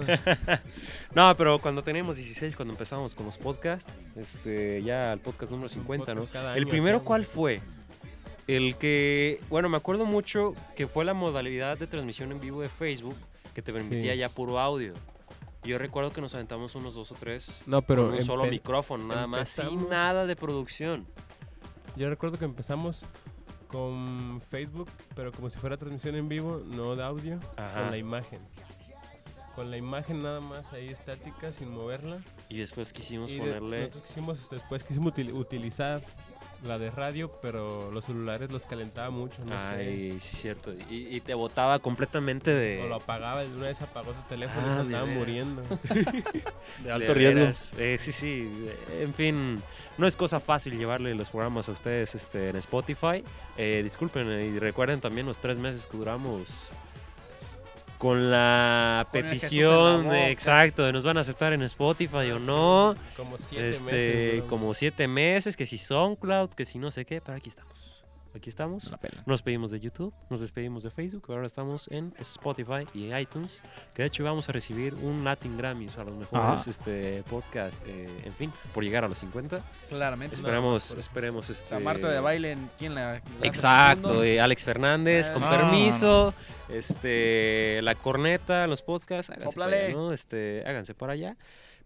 [SPEAKER 3] No, pero cuando teníamos 16, cuando empezábamos con los podcasts, este, ya el podcast número 50,
[SPEAKER 2] podcast
[SPEAKER 3] ¿no?
[SPEAKER 2] cada
[SPEAKER 3] el
[SPEAKER 2] año
[SPEAKER 3] primero,
[SPEAKER 2] hacíamos.
[SPEAKER 3] ¿cuál fue? El que, bueno, me acuerdo mucho que fue la modalidad de transmisión en vivo de Facebook que te permitía
[SPEAKER 2] Sí.
[SPEAKER 3] ya puro audio. Yo recuerdo que nos aventamos unos dos o tres
[SPEAKER 2] No, pero
[SPEAKER 3] con un solo
[SPEAKER 2] empe-
[SPEAKER 3] micrófono, nada más, sin
[SPEAKER 2] empezamos-
[SPEAKER 3] nada de producción.
[SPEAKER 2] Yo recuerdo que empezamos con Facebook, pero como si fuera transmisión en vivo, no de audio,
[SPEAKER 3] Ajá.
[SPEAKER 2] con la imagen. Con la imagen nada más ahí estática, sin moverla.
[SPEAKER 3] Y después quisimos
[SPEAKER 2] Y de-
[SPEAKER 3] ponerle.
[SPEAKER 2] nosotros quisimos, este, después quisimos util- utilizar la de radio, pero los celulares los calentaba mucho, no
[SPEAKER 3] Ay, sí, cierto. Y, y te botaba completamente
[SPEAKER 2] sé. O
[SPEAKER 3] de.
[SPEAKER 2] lo apagaba, de una vez apagó tu teléfono
[SPEAKER 3] Ah,
[SPEAKER 2] y se
[SPEAKER 3] de
[SPEAKER 2] andaba
[SPEAKER 3] veras.
[SPEAKER 2] muriendo.
[SPEAKER 3] De
[SPEAKER 5] alto riesgo.
[SPEAKER 3] veras. Eh, sí, sí. eh, En fin, no es cosa fácil llevarle los programas a ustedes este, en Spotify. Eh, disculpen eh, y recuerden también los tres meses que duramos con la
[SPEAKER 4] Con el Jesús en la
[SPEAKER 3] petición,
[SPEAKER 4] boca.
[SPEAKER 3] de- exacto, de nos van a aceptar en Spotify o no.
[SPEAKER 2] Como siete
[SPEAKER 3] Este,
[SPEAKER 2] meses. duró.
[SPEAKER 3] como siete meses, que si SoundCloud, que si no sé qué, pero aquí estamos. Aquí estamos. Nos pedimos de YouTube, nos despedimos de Facebook, ahora estamos en Spotify y en iTunes, que de hecho vamos a recibir un Latin Grammys a los mejores este, podcast, eh, en fin, por llegar a los 50.
[SPEAKER 4] Claramente.
[SPEAKER 3] Esperamos,
[SPEAKER 2] por-
[SPEAKER 3] esperemos este...
[SPEAKER 4] San Marta de baile, ¿en ¿quién la, la hace
[SPEAKER 3] Exacto,
[SPEAKER 4] mundo?
[SPEAKER 3] eh, Alex Fernández, con
[SPEAKER 4] No,
[SPEAKER 5] no, no.
[SPEAKER 3] permiso, este, la corneta, los podcasts, háganse para
[SPEAKER 4] Sóplale.
[SPEAKER 3] allá, ¿no? este, háganse para allá.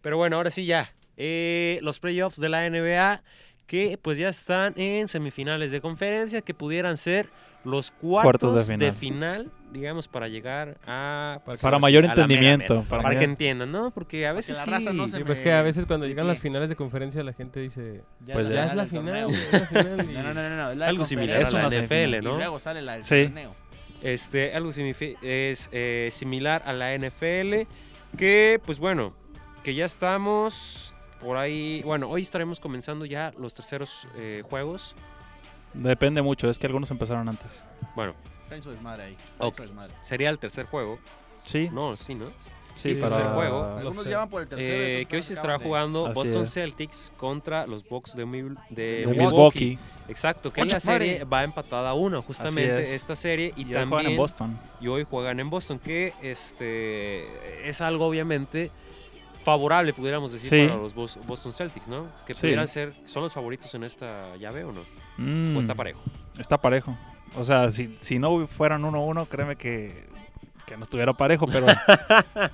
[SPEAKER 3] Pero bueno, ahora sí ya, eh, los playoffs de la NBA que pues ya están en semifinales de conferencia que pudieran ser los cuartos, de, final. digamos, para llegar a
[SPEAKER 2] Para que
[SPEAKER 5] Para
[SPEAKER 2] se-
[SPEAKER 5] mayor
[SPEAKER 3] a la mera
[SPEAKER 5] entendimiento.
[SPEAKER 3] mera, para,
[SPEAKER 5] para
[SPEAKER 3] que
[SPEAKER 5] mayor-
[SPEAKER 3] entiendan, ¿no? Porque a veces
[SPEAKER 4] la
[SPEAKER 3] sí,
[SPEAKER 4] raza no se-
[SPEAKER 2] Sí, pues que a veces cuando
[SPEAKER 4] de
[SPEAKER 2] llegan las
[SPEAKER 4] pie.
[SPEAKER 2] finales de conferencia la gente dice,
[SPEAKER 4] Ya,
[SPEAKER 5] Pues
[SPEAKER 4] la final
[SPEAKER 2] ya es la
[SPEAKER 4] del
[SPEAKER 2] final,
[SPEAKER 4] torneo.
[SPEAKER 2] güey, es la final.
[SPEAKER 4] No, no, no, no, no, es la del
[SPEAKER 3] algo similar
[SPEAKER 4] conferencia.
[SPEAKER 5] Eso
[SPEAKER 3] a la
[SPEAKER 5] no se
[SPEAKER 3] NFL,
[SPEAKER 4] Y
[SPEAKER 3] ¿no?
[SPEAKER 4] luego sale la del
[SPEAKER 5] Sí.
[SPEAKER 4] torneo.
[SPEAKER 3] este, algo signifi- es eh, similar a la NFL, que pues bueno, que ya estamos por ahí, bueno, hoy estaremos comenzando ya los terceros eh, juegos,
[SPEAKER 5] Depende mucho, es que algunos empezaron antes.
[SPEAKER 3] bueno,
[SPEAKER 4] Está en su desmadre ahí. está en
[SPEAKER 3] Ok.
[SPEAKER 4] su desmadre.
[SPEAKER 3] sería el tercer juego,
[SPEAKER 5] Sí,
[SPEAKER 3] no, sí, ¿no? Sí,
[SPEAKER 5] Sí,
[SPEAKER 3] para
[SPEAKER 5] para-
[SPEAKER 3] el juego.
[SPEAKER 4] Algunos
[SPEAKER 5] los
[SPEAKER 4] ya van por el tercero. y
[SPEAKER 3] eh,
[SPEAKER 4] otros
[SPEAKER 3] que hoy
[SPEAKER 4] acaban
[SPEAKER 3] se estará
[SPEAKER 4] de-
[SPEAKER 3] jugando
[SPEAKER 5] Así
[SPEAKER 3] Boston
[SPEAKER 5] es.
[SPEAKER 3] Celtics contra los Bucks de, Mil- de
[SPEAKER 5] De
[SPEAKER 3] Milwaukee.
[SPEAKER 5] eh, Milwaukee.
[SPEAKER 3] Exacto, que en la
[SPEAKER 4] Concha madre.
[SPEAKER 3] serie va empatada a uno, justamente
[SPEAKER 5] es.
[SPEAKER 3] esta serie. Y,
[SPEAKER 5] Y hoy
[SPEAKER 3] también
[SPEAKER 5] juegan en Boston.
[SPEAKER 3] y hoy juegan en Boston, que este es algo obviamente favorable, pudiéramos decir,
[SPEAKER 5] Sí.
[SPEAKER 3] para los Bos- Boston Celtics, ¿no? Que
[SPEAKER 5] Sí.
[SPEAKER 3] pudieran ser, son los favoritos en esta llave o no,
[SPEAKER 5] Mm,
[SPEAKER 3] o está parejo.
[SPEAKER 5] está parejo. O sea, si, si no fueran 1-1, créeme que, que no estuviera parejo, pero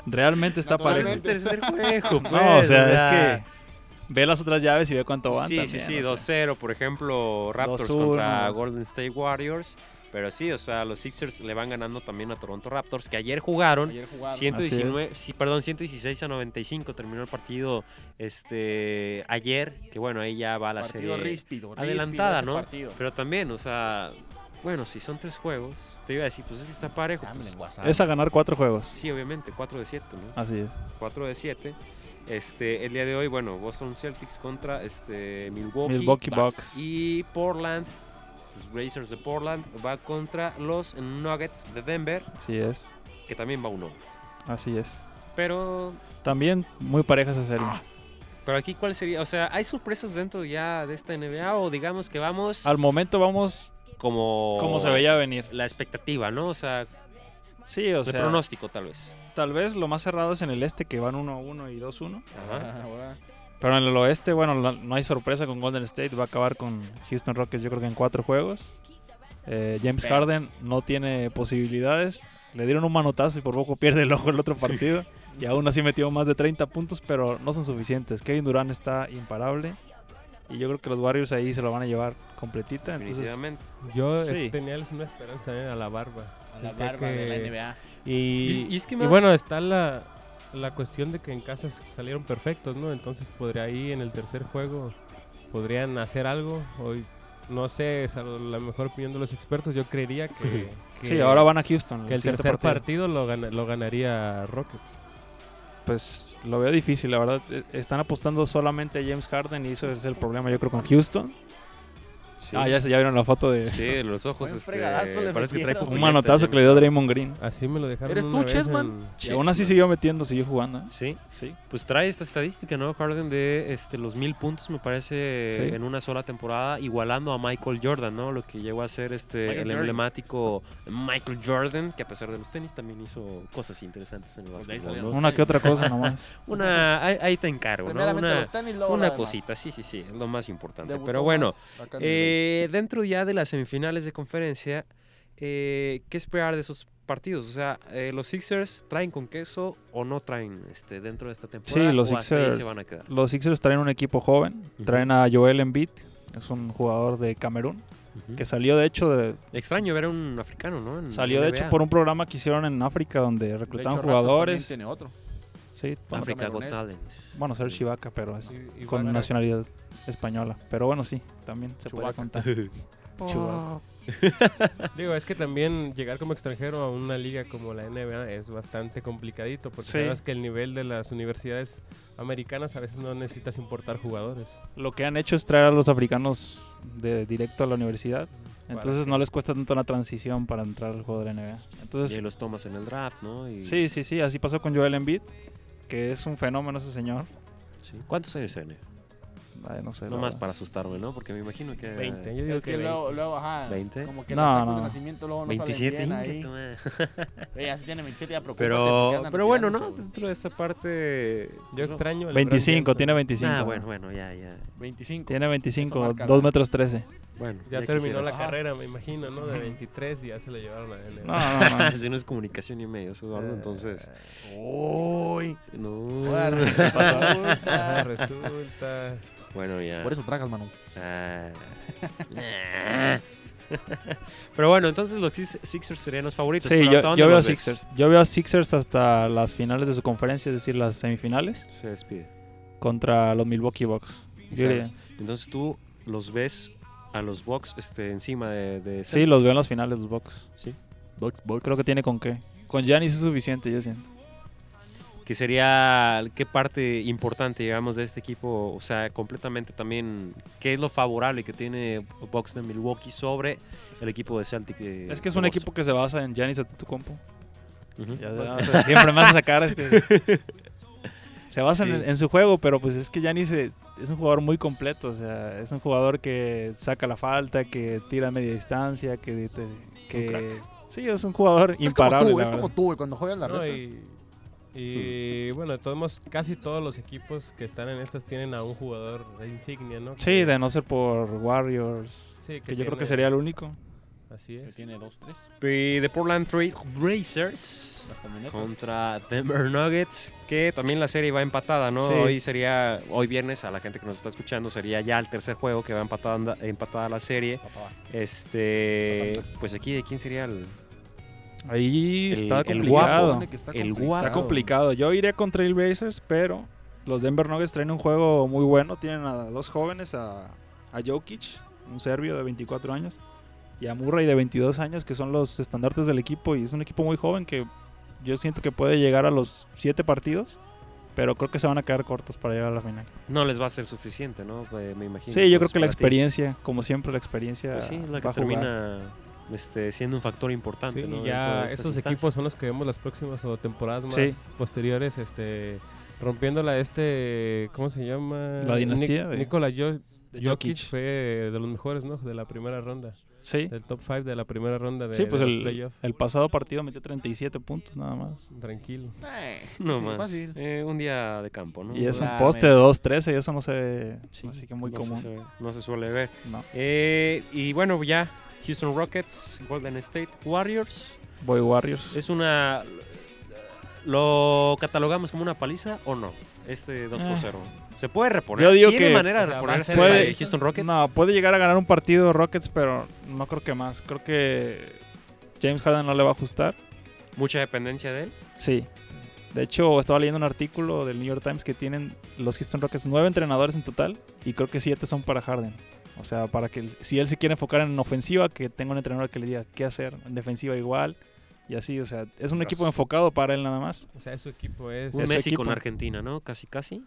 [SPEAKER 5] realmente está
[SPEAKER 4] Naturalmente.
[SPEAKER 5] parejo.
[SPEAKER 3] el tercer juego, pues,
[SPEAKER 5] No, o sea, es que ve las otras llaves y ve cuánto van.
[SPEAKER 3] Sí, sí,
[SPEAKER 5] también,
[SPEAKER 3] sí,
[SPEAKER 5] o sea.
[SPEAKER 3] 2-0, por ejemplo, Raptors
[SPEAKER 5] 2-1,
[SPEAKER 3] contra
[SPEAKER 5] no sé.
[SPEAKER 3] Golden State Warriors. Pero sí, o sea, los Sixers le van ganando también a Toronto Raptors, que ayer jugaron.
[SPEAKER 4] Ayer jugaron.
[SPEAKER 3] 119, sí, perdón, 116 a 95 terminó el partido este ayer, que bueno, ahí ya va la
[SPEAKER 4] partido
[SPEAKER 3] serie
[SPEAKER 4] ríspido, ríspido
[SPEAKER 3] adelantada,
[SPEAKER 4] ese
[SPEAKER 3] ¿no?
[SPEAKER 4] partido.
[SPEAKER 3] Pero también, o sea, bueno, si son tres juegos, te iba a decir, pues este está parejo.
[SPEAKER 4] Dame
[SPEAKER 3] pues,
[SPEAKER 4] el WhatsApp.
[SPEAKER 5] Es a ganar cuatro juegos.
[SPEAKER 3] sí, obviamente, 4 de 7, ¿no?
[SPEAKER 5] Así es.
[SPEAKER 3] 4 de 7. Este, el día de hoy, bueno, Boston Celtics contra este Milwaukee,
[SPEAKER 5] Milwaukee Bucks.
[SPEAKER 3] y Portland. Los Blazers de Portland va contra los Nuggets de Denver,
[SPEAKER 5] Así es.
[SPEAKER 3] que también va uno.
[SPEAKER 5] Así es.
[SPEAKER 3] Pero
[SPEAKER 5] También muy pareja esa serie.
[SPEAKER 3] Pero aquí, ¿cuál sería? O sea, ¿hay sorpresas dentro ya de esta NBA o digamos que vamos
[SPEAKER 5] Al momento vamos
[SPEAKER 3] como...
[SPEAKER 5] como Ah, se veía venir.
[SPEAKER 3] La expectativa, ¿no? O sea,
[SPEAKER 5] Sí, o
[SPEAKER 3] el
[SPEAKER 5] sea,
[SPEAKER 3] pronóstico tal vez.
[SPEAKER 5] tal vez lo más cerrado es en el este que van 1-1 y 2-1.
[SPEAKER 3] Ajá.
[SPEAKER 4] Ah, ahora.
[SPEAKER 5] Pero en el oeste, bueno, la- no hay sorpresa con Golden State. Va a acabar con Houston Rockets yo creo que en cuatro juegos. Eh, James Harden no tiene posibilidades. Le dieron un manotazo y por poco pierde el ojo el otro partido. y aún así metió más de 30 puntos, pero no son suficientes. Kevin Durant está imparable. Y yo creo que los Warriors ahí se lo van a llevar completita. Entonces,
[SPEAKER 3] Definitivamente.
[SPEAKER 2] Yo eh,
[SPEAKER 5] Sí.
[SPEAKER 2] tenía una esperanza eh, a la barba.
[SPEAKER 4] A la
[SPEAKER 2] Sentía
[SPEAKER 4] barba de la
[SPEAKER 2] que-
[SPEAKER 4] NBA.
[SPEAKER 2] Y,
[SPEAKER 3] Y- y es que
[SPEAKER 2] y
[SPEAKER 3] más-
[SPEAKER 2] bueno, está la, la cuestión de que en casa s- salieron perfectos, ¿no? Entonces podría ahí en el tercer juego, podrían hacer algo. Hoy, no sé, es a lo- la mejor opinión de los expertos. Yo creería que, que-
[SPEAKER 5] sí, ahora van a Houston.
[SPEAKER 2] que el
[SPEAKER 5] siguiente
[SPEAKER 2] tercer partido, lo, gana- lo ganaría Rockets.
[SPEAKER 5] Pues lo veo difícil, la verdad. Eh, Están apostando solamente a James Harden y eso es el problema, yo creo, con Houston. Ah, ya, se- ya vieron la foto de
[SPEAKER 3] Sí, los ojos,
[SPEAKER 4] Buen
[SPEAKER 3] este,
[SPEAKER 4] fregadazo le
[SPEAKER 3] parece que trae
[SPEAKER 4] metieron.
[SPEAKER 5] un
[SPEAKER 3] popularidad
[SPEAKER 4] este,
[SPEAKER 5] manotazo que le dio Draymond Green.
[SPEAKER 2] Así me lo dejaron.
[SPEAKER 4] ¿Eres tú,
[SPEAKER 2] una vez
[SPEAKER 4] Chessman?
[SPEAKER 2] en-
[SPEAKER 5] Y aún así siguió metiendo, siguió jugando. ¿eh?
[SPEAKER 3] Sí,
[SPEAKER 5] Sí.
[SPEAKER 3] pues trae esta estadística, ¿no? Harden de este, los mil puntos, me parece,
[SPEAKER 5] Sí.
[SPEAKER 3] en una sola temporada, igualando a Michael Jordan, ¿no? Lo que llegó a ser este,
[SPEAKER 4] Michael
[SPEAKER 3] el
[SPEAKER 4] Jordan.
[SPEAKER 3] emblemático Michael Jordan, que a pesar de los tenis también hizo cosas interesantes en el
[SPEAKER 4] Pues de ahí
[SPEAKER 3] básquetbol,
[SPEAKER 4] salieron
[SPEAKER 3] ¿no?
[SPEAKER 5] Una que otra cosa nomás.
[SPEAKER 3] Una, ahí, ahí te encargo, ¿no?
[SPEAKER 4] Primeramente
[SPEAKER 3] Una,
[SPEAKER 4] los tenis, luego lo
[SPEAKER 3] una
[SPEAKER 4] demás.
[SPEAKER 3] cosita, sí, sí, sí, es lo más importante.
[SPEAKER 4] Debutó
[SPEAKER 3] Pero bueno,
[SPEAKER 4] más Bacan
[SPEAKER 3] eh, dentro ya de las semifinales de conferencia, eh, ¿qué esperar de esos partidos? O sea, eh, ¿los Sixers traen con queso o no traen este, dentro de esta temporada?
[SPEAKER 5] los
[SPEAKER 3] o hasta ahí se
[SPEAKER 5] Sixers.
[SPEAKER 3] van a quedar.
[SPEAKER 5] Los Sixers traen un equipo joven.
[SPEAKER 3] Ujú.
[SPEAKER 5] Traen a Joel Embiid, es un jugador de Camerún, que salió de hecho de,
[SPEAKER 3] Extraño ver a un africano, ¿no? En
[SPEAKER 5] salió de hecho
[SPEAKER 3] NBA.
[SPEAKER 5] por un programa que hicieron en África donde
[SPEAKER 4] De hecho,
[SPEAKER 5] reclutaban
[SPEAKER 4] Raptors también
[SPEAKER 5] jugadores.
[SPEAKER 4] Tiene otro.
[SPEAKER 5] Sí, bueno,
[SPEAKER 3] Africa Got
[SPEAKER 4] camerunés.
[SPEAKER 3] Talent.
[SPEAKER 5] bueno, ser Shibaka, pero es
[SPEAKER 2] Y- y
[SPEAKER 5] con
[SPEAKER 2] van a-
[SPEAKER 5] nacionalidad española. Pero bueno, sí, también se puede
[SPEAKER 4] Chewbacca.
[SPEAKER 5] contar. Chewbacca.
[SPEAKER 2] Digo, es que también llegar como extranjero a una liga como la NBA es bastante complicadito, porque
[SPEAKER 5] Sí.
[SPEAKER 2] sabes que el nivel de las universidades americanas a veces no necesitas importar jugadores.
[SPEAKER 5] Lo que han hecho es traer a los africanos de directo a la universidad. Entonces no les cuesta tanto la transición para entrar al juego de la NBA.
[SPEAKER 3] Y ahí
[SPEAKER 5] Entonces,
[SPEAKER 3] los tomas en el draft, ¿no? Y-
[SPEAKER 5] sí, sí, sí, así pasó con Joel Embiid, que es un fenómeno ese señor.
[SPEAKER 3] sí. ¿Cuántos años tiene?
[SPEAKER 5] Ay, no sé. la
[SPEAKER 3] Nomás
[SPEAKER 5] verdad.
[SPEAKER 3] para asustarme, ¿no? Porque me imagino que...
[SPEAKER 2] 20, yo digo
[SPEAKER 4] Es
[SPEAKER 2] que,
[SPEAKER 4] que
[SPEAKER 2] 20.
[SPEAKER 4] luego, luego, ajá.
[SPEAKER 3] 20.
[SPEAKER 4] Como Ah, que
[SPEAKER 5] No,
[SPEAKER 4] los actos
[SPEAKER 5] no.
[SPEAKER 4] de nacimiento luego no
[SPEAKER 3] 27
[SPEAKER 4] salen bien
[SPEAKER 3] inga,
[SPEAKER 4] ahí.
[SPEAKER 3] tu madre.
[SPEAKER 4] Oye, ya si tiene 27 ya preocúpate. pues, que
[SPEAKER 3] Pero,
[SPEAKER 4] andan
[SPEAKER 3] pero bueno, ¿no?
[SPEAKER 4] retirándose, güey.
[SPEAKER 3] Dentro de esta parte.
[SPEAKER 2] Yo extraño. el
[SPEAKER 5] 25,
[SPEAKER 2] LeBron James.
[SPEAKER 5] tiene 25.
[SPEAKER 3] Ah, bueno, bueno, ya, ya.
[SPEAKER 4] 25.
[SPEAKER 5] Tiene 25,
[SPEAKER 4] marca
[SPEAKER 5] 2
[SPEAKER 4] la-
[SPEAKER 5] metros 13.
[SPEAKER 3] Bueno,
[SPEAKER 2] Ya, terminó la
[SPEAKER 3] quisieras.
[SPEAKER 2] carrera, me imagino, ¿no? De 23 y ya se la llevaron a él.
[SPEAKER 5] No, no, no.
[SPEAKER 3] Si no es comunicación y medios, Eduardo, entonces.
[SPEAKER 4] Uy.
[SPEAKER 3] No.
[SPEAKER 4] ahora resulta.
[SPEAKER 2] Ah, Resulta.
[SPEAKER 3] Bueno, ya.
[SPEAKER 4] Por eso tragas, Manu.
[SPEAKER 3] Ah. pero bueno, entonces los Six- Sixers serían los favoritos.
[SPEAKER 5] Sí,
[SPEAKER 3] pero ¿hasta
[SPEAKER 5] yo,
[SPEAKER 3] dónde
[SPEAKER 5] yo veo a
[SPEAKER 3] los ves?
[SPEAKER 5] Sixers. Yo veo a Sixers hasta las finales de su conferencia, es decir, las semifinales,
[SPEAKER 3] Se despide.
[SPEAKER 5] contra los Milwaukee Bucks. Yo diría-
[SPEAKER 3] Entonces tú los ves a los Bucks este, encima de. de
[SPEAKER 5] Sí, los veo en las finales, los Bucks.
[SPEAKER 4] Box, box.
[SPEAKER 5] Creo que tiene con qué. Con Giannis es suficiente, yo siento.
[SPEAKER 3] que sería qué parte importante, digamos, de este equipo, o sea, completamente también, qué es lo favorable que tiene Bucks de Milwaukee sobre el equipo de Celtic. de-
[SPEAKER 5] Es que es
[SPEAKER 3] de
[SPEAKER 5] un
[SPEAKER 3] Boston?
[SPEAKER 5] equipo que se basa en Giannis Antetokounmpo.
[SPEAKER 3] Ujú.
[SPEAKER 5] Ya, ya, o sea, siempre me hace sacar este. Se basan
[SPEAKER 3] Sí.
[SPEAKER 5] en, en su juego, pero pues es que Giannis eh, es un jugador muy completo. O sea, es un jugador que saca la falta, que tira a media distancia, que. te- que- sí, es un jugador
[SPEAKER 4] Es
[SPEAKER 5] imparable.
[SPEAKER 4] como tú,
[SPEAKER 5] la
[SPEAKER 4] es como
[SPEAKER 5] verdad.
[SPEAKER 4] tú, güey, cuando juegan las
[SPEAKER 2] No,
[SPEAKER 4] retas.
[SPEAKER 2] y y bueno, todos, casi todos los equipos que están en estas tienen a un jugador de insignia, ¿no?
[SPEAKER 5] Sí, de no ser por Warriors,
[SPEAKER 2] Sí,
[SPEAKER 5] que yo creo
[SPEAKER 2] tiene-
[SPEAKER 5] que sería el único.
[SPEAKER 2] Así
[SPEAKER 9] Que
[SPEAKER 2] es.
[SPEAKER 9] tiene dos, tres.
[SPEAKER 3] Y de Portland Trail Blazers
[SPEAKER 9] Las camionetas.
[SPEAKER 3] contra Denver Nuggets, que también la serie va empatada, ¿no?
[SPEAKER 5] Sí.
[SPEAKER 3] Hoy sería, hoy viernes, a la gente que nos está escuchando, sería ya el tercer juego que va empatada, empatada la serie.
[SPEAKER 9] Papá.
[SPEAKER 3] Este, pues aquí, ¿de quién sería el...?
[SPEAKER 5] Ahí
[SPEAKER 3] El-
[SPEAKER 5] está
[SPEAKER 3] el
[SPEAKER 5] complicado.
[SPEAKER 4] Supone que está
[SPEAKER 3] el
[SPEAKER 4] complicado.
[SPEAKER 5] Está complicado. Yo iría con Trailblazers, pero los Denver Nuggets traen un juego muy bueno. Tienen a dos jóvenes, a, a Jokic, un serbio de 24 años, y a Murray de 22 años, que son los estandartes del equipo. Y es un equipo muy joven que yo siento que puede llegar a los 7 partidos, pero creo que se van a quedar cortos para llegar a la final.
[SPEAKER 3] No les va a ser suficiente, ¿no? Eh, Me imagino.
[SPEAKER 5] Sí, yo creo
[SPEAKER 3] Entonces,
[SPEAKER 5] que la
[SPEAKER 3] para ti,
[SPEAKER 5] experiencia, como siempre, la experiencia
[SPEAKER 3] pues sí, es la
[SPEAKER 5] va
[SPEAKER 3] que
[SPEAKER 5] a jugar.
[SPEAKER 3] termina este, siendo un factor importante,
[SPEAKER 2] Sí,
[SPEAKER 3] ¿no? Dentro
[SPEAKER 2] ya
[SPEAKER 3] de estas
[SPEAKER 2] estos
[SPEAKER 3] instancias.
[SPEAKER 2] equipos son los que vemos las próximas o temporadas más
[SPEAKER 5] Sí.
[SPEAKER 2] posteriores, este rompiéndola este ¿cómo se llama?
[SPEAKER 5] La dinastía
[SPEAKER 2] Nic-
[SPEAKER 5] de-
[SPEAKER 2] Nikola Jo-
[SPEAKER 5] de Jokic.
[SPEAKER 2] Jokic fue de los mejores, ¿no? De la primera ronda,
[SPEAKER 5] Sí,
[SPEAKER 2] del top 5 de la primera ronda de,
[SPEAKER 5] sí pues
[SPEAKER 2] de los
[SPEAKER 5] el,
[SPEAKER 2] playoffs.
[SPEAKER 5] el pasado partido metió 37 puntos nada más.
[SPEAKER 2] Tranquilo.
[SPEAKER 4] Eh,
[SPEAKER 3] No
[SPEAKER 4] sí,
[SPEAKER 3] más.
[SPEAKER 4] fácil.
[SPEAKER 3] Eh, un día de campo, ¿no?
[SPEAKER 5] Y es un
[SPEAKER 4] Nah,
[SPEAKER 5] poste
[SPEAKER 4] men.
[SPEAKER 5] de 2.13 y eso no se ve
[SPEAKER 3] Sí,
[SPEAKER 5] así que muy
[SPEAKER 3] no se
[SPEAKER 5] común.
[SPEAKER 3] suele- no se suele ver.
[SPEAKER 5] No.
[SPEAKER 3] Eh, y bueno, ya Houston Rockets, Golden State Warriors.
[SPEAKER 5] Boy Warriors.
[SPEAKER 3] Es una... ¿Lo catalogamos como una paliza o no? Este 2 por
[SPEAKER 5] Ah.
[SPEAKER 3] 0. ¿Se puede reponer?
[SPEAKER 5] Yo digo
[SPEAKER 3] ¿Tiene
[SPEAKER 5] que-
[SPEAKER 3] manera de
[SPEAKER 2] o sea, va a
[SPEAKER 3] reponerse
[SPEAKER 2] ser
[SPEAKER 3] la
[SPEAKER 5] paliza.
[SPEAKER 3] de Houston Rockets?
[SPEAKER 5] No, puede llegar a ganar un partido Rockets, pero no creo que más. Creo que James Harden no le va a ajustar.
[SPEAKER 3] Mucha dependencia de él.
[SPEAKER 5] Sí. De hecho, estaba leyendo un artículo del New York Times que tienen los Houston Rockets nueve entrenadores en total y creo que siete son para Harden. O sea, para que él- si él se quiere enfocar en ofensiva, que tenga un entrenador que le diga qué hacer, en defensiva igual y así. O sea, es un equipo enfocado para él nada más.
[SPEAKER 2] O sea, su equipo es
[SPEAKER 3] Un
[SPEAKER 5] Es
[SPEAKER 2] es,
[SPEAKER 5] su
[SPEAKER 3] Messi con
[SPEAKER 5] equipo.
[SPEAKER 3] Argentina, ¿no? Casi, casi.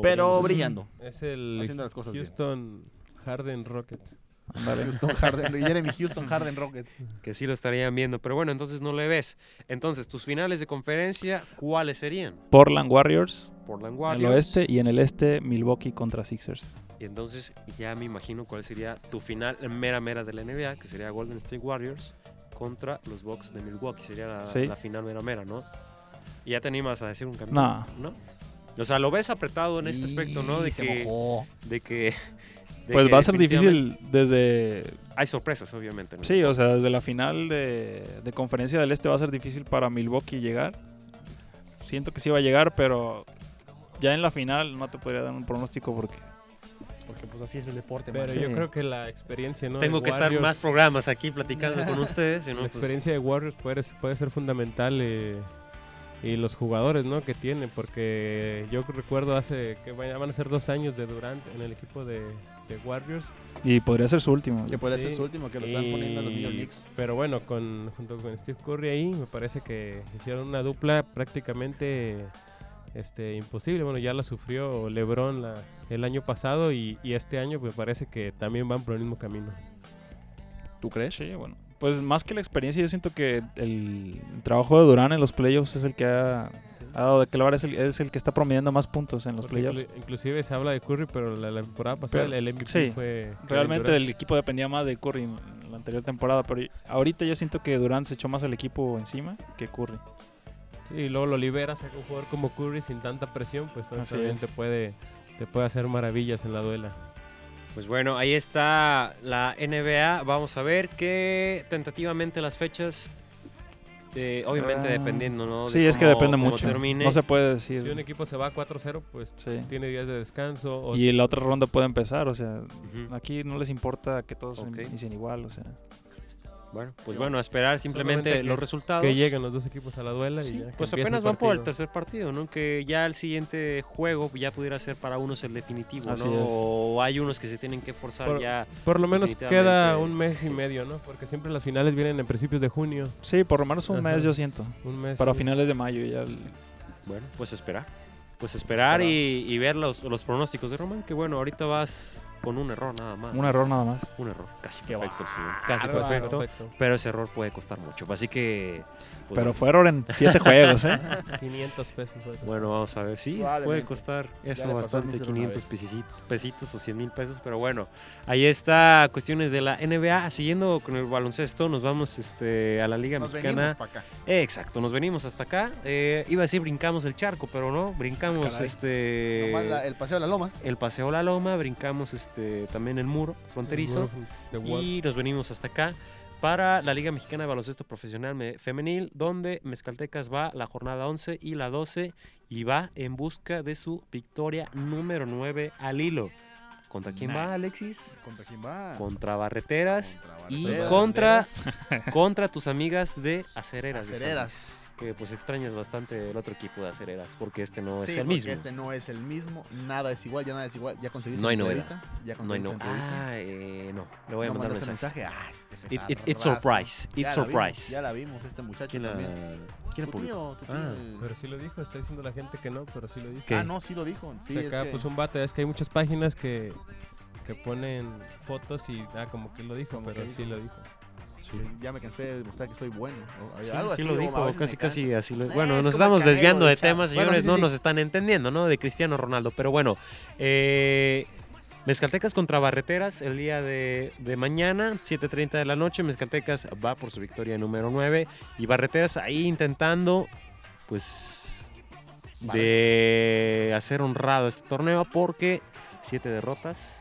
[SPEAKER 4] Pero
[SPEAKER 3] veríamos así.
[SPEAKER 4] brillando.
[SPEAKER 2] el
[SPEAKER 4] Haciendo las cosas bien.
[SPEAKER 2] Houston Harden Rockets.
[SPEAKER 5] Ándale.
[SPEAKER 4] Houston Harden, Jeremy Houston Harden Rockets.
[SPEAKER 3] Que sí lo estarían viendo. Pero bueno, entonces no le ves. Entonces, tus finales de conferencia, ¿cuáles serían?
[SPEAKER 5] Portland Warriors,
[SPEAKER 3] Portland
[SPEAKER 5] en
[SPEAKER 3] Warriors.
[SPEAKER 5] el oeste y en el este Milwaukee contra Sixers.
[SPEAKER 3] Y entonces ya me imagino cuál sería tu final mera mera de la NBA, que sería Golden State Warriors contra los Bucks de Milwaukee. Sería la,
[SPEAKER 5] Sí.
[SPEAKER 3] la final mera mera, ¿no? Y ya te animas a decir un campeón,
[SPEAKER 5] No.
[SPEAKER 3] ¿no? O sea, lo ves apretado en este aspecto, ¿no? De
[SPEAKER 4] se
[SPEAKER 3] que,
[SPEAKER 4] mojó.
[SPEAKER 3] de que... de
[SPEAKER 5] Pues
[SPEAKER 3] que
[SPEAKER 5] va a ser
[SPEAKER 3] definitivamente-
[SPEAKER 5] difícil desde...
[SPEAKER 3] Hay sorpresas, obviamente. ¿no?
[SPEAKER 5] Sí, o sea, desde la final de, de conferencia del este va a ser difícil para Milwaukee llegar. Siento que sí va a llegar, pero ya en la final no te podría dar un pronóstico porque...
[SPEAKER 4] Porque pues así es el deporte,
[SPEAKER 2] Pero
[SPEAKER 4] man.
[SPEAKER 5] Sí.
[SPEAKER 2] yo creo que la experiencia, ¿no? de
[SPEAKER 3] Tengo que estar
[SPEAKER 2] Warriors-
[SPEAKER 3] más programas aquí platicando con ustedes. si no,
[SPEAKER 2] La
[SPEAKER 3] pues,
[SPEAKER 2] experiencia de Warriors puede, puede ser fundamental eh, y los jugadores ¿no? que tienen, porque yo recuerdo hace que vaya- van a ser dos años de Durant en el equipo de, de Warriors.
[SPEAKER 5] Y podría ser su último.
[SPEAKER 4] Que podría ser
[SPEAKER 2] Sí.
[SPEAKER 4] su último, que lo están poniendo los
[SPEAKER 2] Y-
[SPEAKER 4] New York Knicks.
[SPEAKER 2] Pero bueno, con, junto con Steve Curry ahí, me parece que hicieron una dupla prácticamente este, imposible. Bueno, ya la sufrió LeBron la- el año pasado y, y este año me parece que también van por el mismo camino.
[SPEAKER 4] ¿Tú crees?
[SPEAKER 5] Sí, bueno. Pues más que la experiencia, yo siento que el, el trabajo de Durán en los playoffs es el que ha, ha dado de qué hablar, es el, es el que está promediando más puntos en los
[SPEAKER 2] Porque
[SPEAKER 5] playoffs.
[SPEAKER 2] inclu- Inclusive se habla de Curry, pero la, la temporada pasada
[SPEAKER 5] Pero-
[SPEAKER 2] el MVP
[SPEAKER 5] sí,
[SPEAKER 2] fue... Kevin
[SPEAKER 5] Realmente
[SPEAKER 2] Durant.
[SPEAKER 5] el equipo dependía más de Curry en la anterior temporada, pero ahorita yo siento que Durán se echó más al equipo encima que Curry.
[SPEAKER 2] Y luego lo liberas a un jugador como Curry sin tanta presión, pues entonces
[SPEAKER 5] Así
[SPEAKER 2] también
[SPEAKER 5] es.
[SPEAKER 2] te puede, te puede hacer maravillas en la duela.
[SPEAKER 3] Pues bueno, ahí está la NBA. Vamos a ver qué tentativamente las fechas. eh, obviamente
[SPEAKER 5] Ah.
[SPEAKER 3] dependiendo, ¿no? De
[SPEAKER 5] sí, es que
[SPEAKER 3] cómo-
[SPEAKER 5] depende
[SPEAKER 3] cómo
[SPEAKER 5] mucho.
[SPEAKER 3] termine.
[SPEAKER 5] No se puede
[SPEAKER 2] Si un
[SPEAKER 5] decir.
[SPEAKER 2] equipo se va a 4-0, pues
[SPEAKER 5] Sí.
[SPEAKER 2] tiene días de descanso. O
[SPEAKER 5] Y la otra ronda puede empezar, o sea,
[SPEAKER 3] Ujú.
[SPEAKER 5] aquí no les importa que todos
[SPEAKER 3] Ok.
[SPEAKER 5] inicien igual, o sea.
[SPEAKER 3] Bueno, pues bueno, a esperar simplemente
[SPEAKER 2] Solamente que-
[SPEAKER 3] los resultados.
[SPEAKER 2] que lleguen los dos equipos a la duela.
[SPEAKER 3] Sí,
[SPEAKER 2] y ya que
[SPEAKER 3] pues
[SPEAKER 2] empiece
[SPEAKER 3] apenas van por el
[SPEAKER 2] partido.
[SPEAKER 3] tercer partido, ¿no? Que ya el siguiente juego ya pudiera ser para unos el definitivo,
[SPEAKER 5] Así
[SPEAKER 3] ¿no?
[SPEAKER 5] es.
[SPEAKER 3] O hay unos que se tienen que forzar
[SPEAKER 2] Por-
[SPEAKER 3] ya.
[SPEAKER 2] Por lo menos
[SPEAKER 3] Definitivamente,
[SPEAKER 2] queda un mes
[SPEAKER 3] sí.
[SPEAKER 2] y medio, ¿no? Porque siempre las finales vienen en principios de junio.
[SPEAKER 5] Sí, por lo menos un
[SPEAKER 2] Ajá.
[SPEAKER 5] mes yo siento.
[SPEAKER 2] Un mes.
[SPEAKER 5] Para
[SPEAKER 2] sí.
[SPEAKER 5] finales de mayo ya. el-
[SPEAKER 3] Bueno, pues esperar. Pues esperar
[SPEAKER 5] Esperar.
[SPEAKER 3] y, y ver los, los pronósticos de Roman, que bueno, ahorita vas con un error nada más.
[SPEAKER 5] Un error nada más.
[SPEAKER 3] Un error. Casi
[SPEAKER 5] Qué
[SPEAKER 3] perfecto, el señor. Casi perfecto. Pero ese error puede costar mucho. Así que. pues,
[SPEAKER 5] Pero fue error en siete juegos, ¿eh?
[SPEAKER 2] 500 pesos. güey.
[SPEAKER 3] Bueno, vamos a ver. Sí, puede
[SPEAKER 4] Probablemente.
[SPEAKER 3] costar
[SPEAKER 4] le
[SPEAKER 3] eso
[SPEAKER 4] pasó al
[SPEAKER 3] bastante,
[SPEAKER 4] Mister una
[SPEAKER 3] 500
[SPEAKER 4] vez.
[SPEAKER 3] pesicit- pesitos o 100 mil pesos. Pero bueno, ahí está cuestiones de la NBA. Siguiendo con el baloncesto, nos vamos este, a la Liga
[SPEAKER 4] Nos venimos
[SPEAKER 3] Mexicana.
[SPEAKER 4] para acá.
[SPEAKER 3] Exacto, nos venimos hasta acá. Eh, iba a decir brincamos el charco, pero no, brincamos
[SPEAKER 5] caray.
[SPEAKER 3] este
[SPEAKER 4] Ah, Nomás la- el paseo de la loma.
[SPEAKER 3] el paseo a la loma, brincamos este también el muro fronterizo.
[SPEAKER 2] The Wall.
[SPEAKER 3] Y nos venimos hasta acá para la Liga Mexicana de Baloncesto Profesional Me- Femenil, donde Mezcaltecas va la jornada 11 y la 12 y va en busca de su victoria número 9 al hilo. ¿Contra quién va, Alexis?
[SPEAKER 4] ¿Contra quién va?
[SPEAKER 3] Contra Barreteras y
[SPEAKER 4] Barreteras.
[SPEAKER 3] contra, contra tus amigas de Acereras. de San Luis,
[SPEAKER 4] Acereras.
[SPEAKER 3] que pues extrañas bastante el otro equipo de Acereras, porque este no
[SPEAKER 4] Sí,
[SPEAKER 3] es el
[SPEAKER 4] porque
[SPEAKER 3] mismo.
[SPEAKER 4] este no es el mismo. Nada es igual, ya nada es igual. ¿Ya conseguiste
[SPEAKER 3] No hay novedad.
[SPEAKER 4] entrevista? ¿Ya
[SPEAKER 3] No hay
[SPEAKER 4] conseguiste
[SPEAKER 3] no.
[SPEAKER 4] entrevista?
[SPEAKER 3] Ah, eh, no. Le voy a
[SPEAKER 4] No
[SPEAKER 3] mandar un
[SPEAKER 4] mandaste
[SPEAKER 3] mensaje.
[SPEAKER 4] mensaje. Ah, este
[SPEAKER 3] It- it- it's
[SPEAKER 4] petardazo.
[SPEAKER 3] surprise. It's
[SPEAKER 4] Ya la vimos,
[SPEAKER 3] surprise.
[SPEAKER 4] ya la vimos, este muchacho
[SPEAKER 3] ¿Quién la,
[SPEAKER 4] también.
[SPEAKER 3] quién la
[SPEAKER 4] Tu tío,
[SPEAKER 3] publicó?
[SPEAKER 4] tu tío.
[SPEAKER 3] Ah,
[SPEAKER 2] Pero sí lo dijo, está diciendo la gente que no, pero sí lo dijo.
[SPEAKER 3] ¿Qué?
[SPEAKER 4] Ah, no, sí lo dijo. Sí,
[SPEAKER 2] Se
[SPEAKER 4] es
[SPEAKER 2] acaba,
[SPEAKER 4] que...
[SPEAKER 2] pues un bate, es que hay muchas páginas que, que ponen fotos y ah, como que lo dijo,
[SPEAKER 4] Como
[SPEAKER 2] pero
[SPEAKER 4] que
[SPEAKER 2] sí lo dijo.
[SPEAKER 4] Ya me cansé de demostrar que soy bueno. o-
[SPEAKER 3] Sí,
[SPEAKER 4] algo así,
[SPEAKER 3] sí lo
[SPEAKER 4] o a
[SPEAKER 3] dijo,
[SPEAKER 4] veces me
[SPEAKER 3] casi casi así lo
[SPEAKER 4] Eh, es como
[SPEAKER 3] Bueno, nos
[SPEAKER 4] el
[SPEAKER 3] estamos
[SPEAKER 4] canelo
[SPEAKER 3] desviando
[SPEAKER 4] del
[SPEAKER 3] de
[SPEAKER 4] chat.
[SPEAKER 3] temas,
[SPEAKER 4] Bueno,
[SPEAKER 3] señores,
[SPEAKER 4] sí,
[SPEAKER 3] no
[SPEAKER 4] sí.
[SPEAKER 3] nos están entendiendo, ¿no? De Cristiano Ronaldo, pero bueno. Eh, Mezcaltecas contra Barreteras el día de, de mañana, 7.30 de la noche. Mezcaltecas va por su victoria número 9 y Barreteras ahí intentando, pues, de hacer honrado este torneo porque 7 derrotas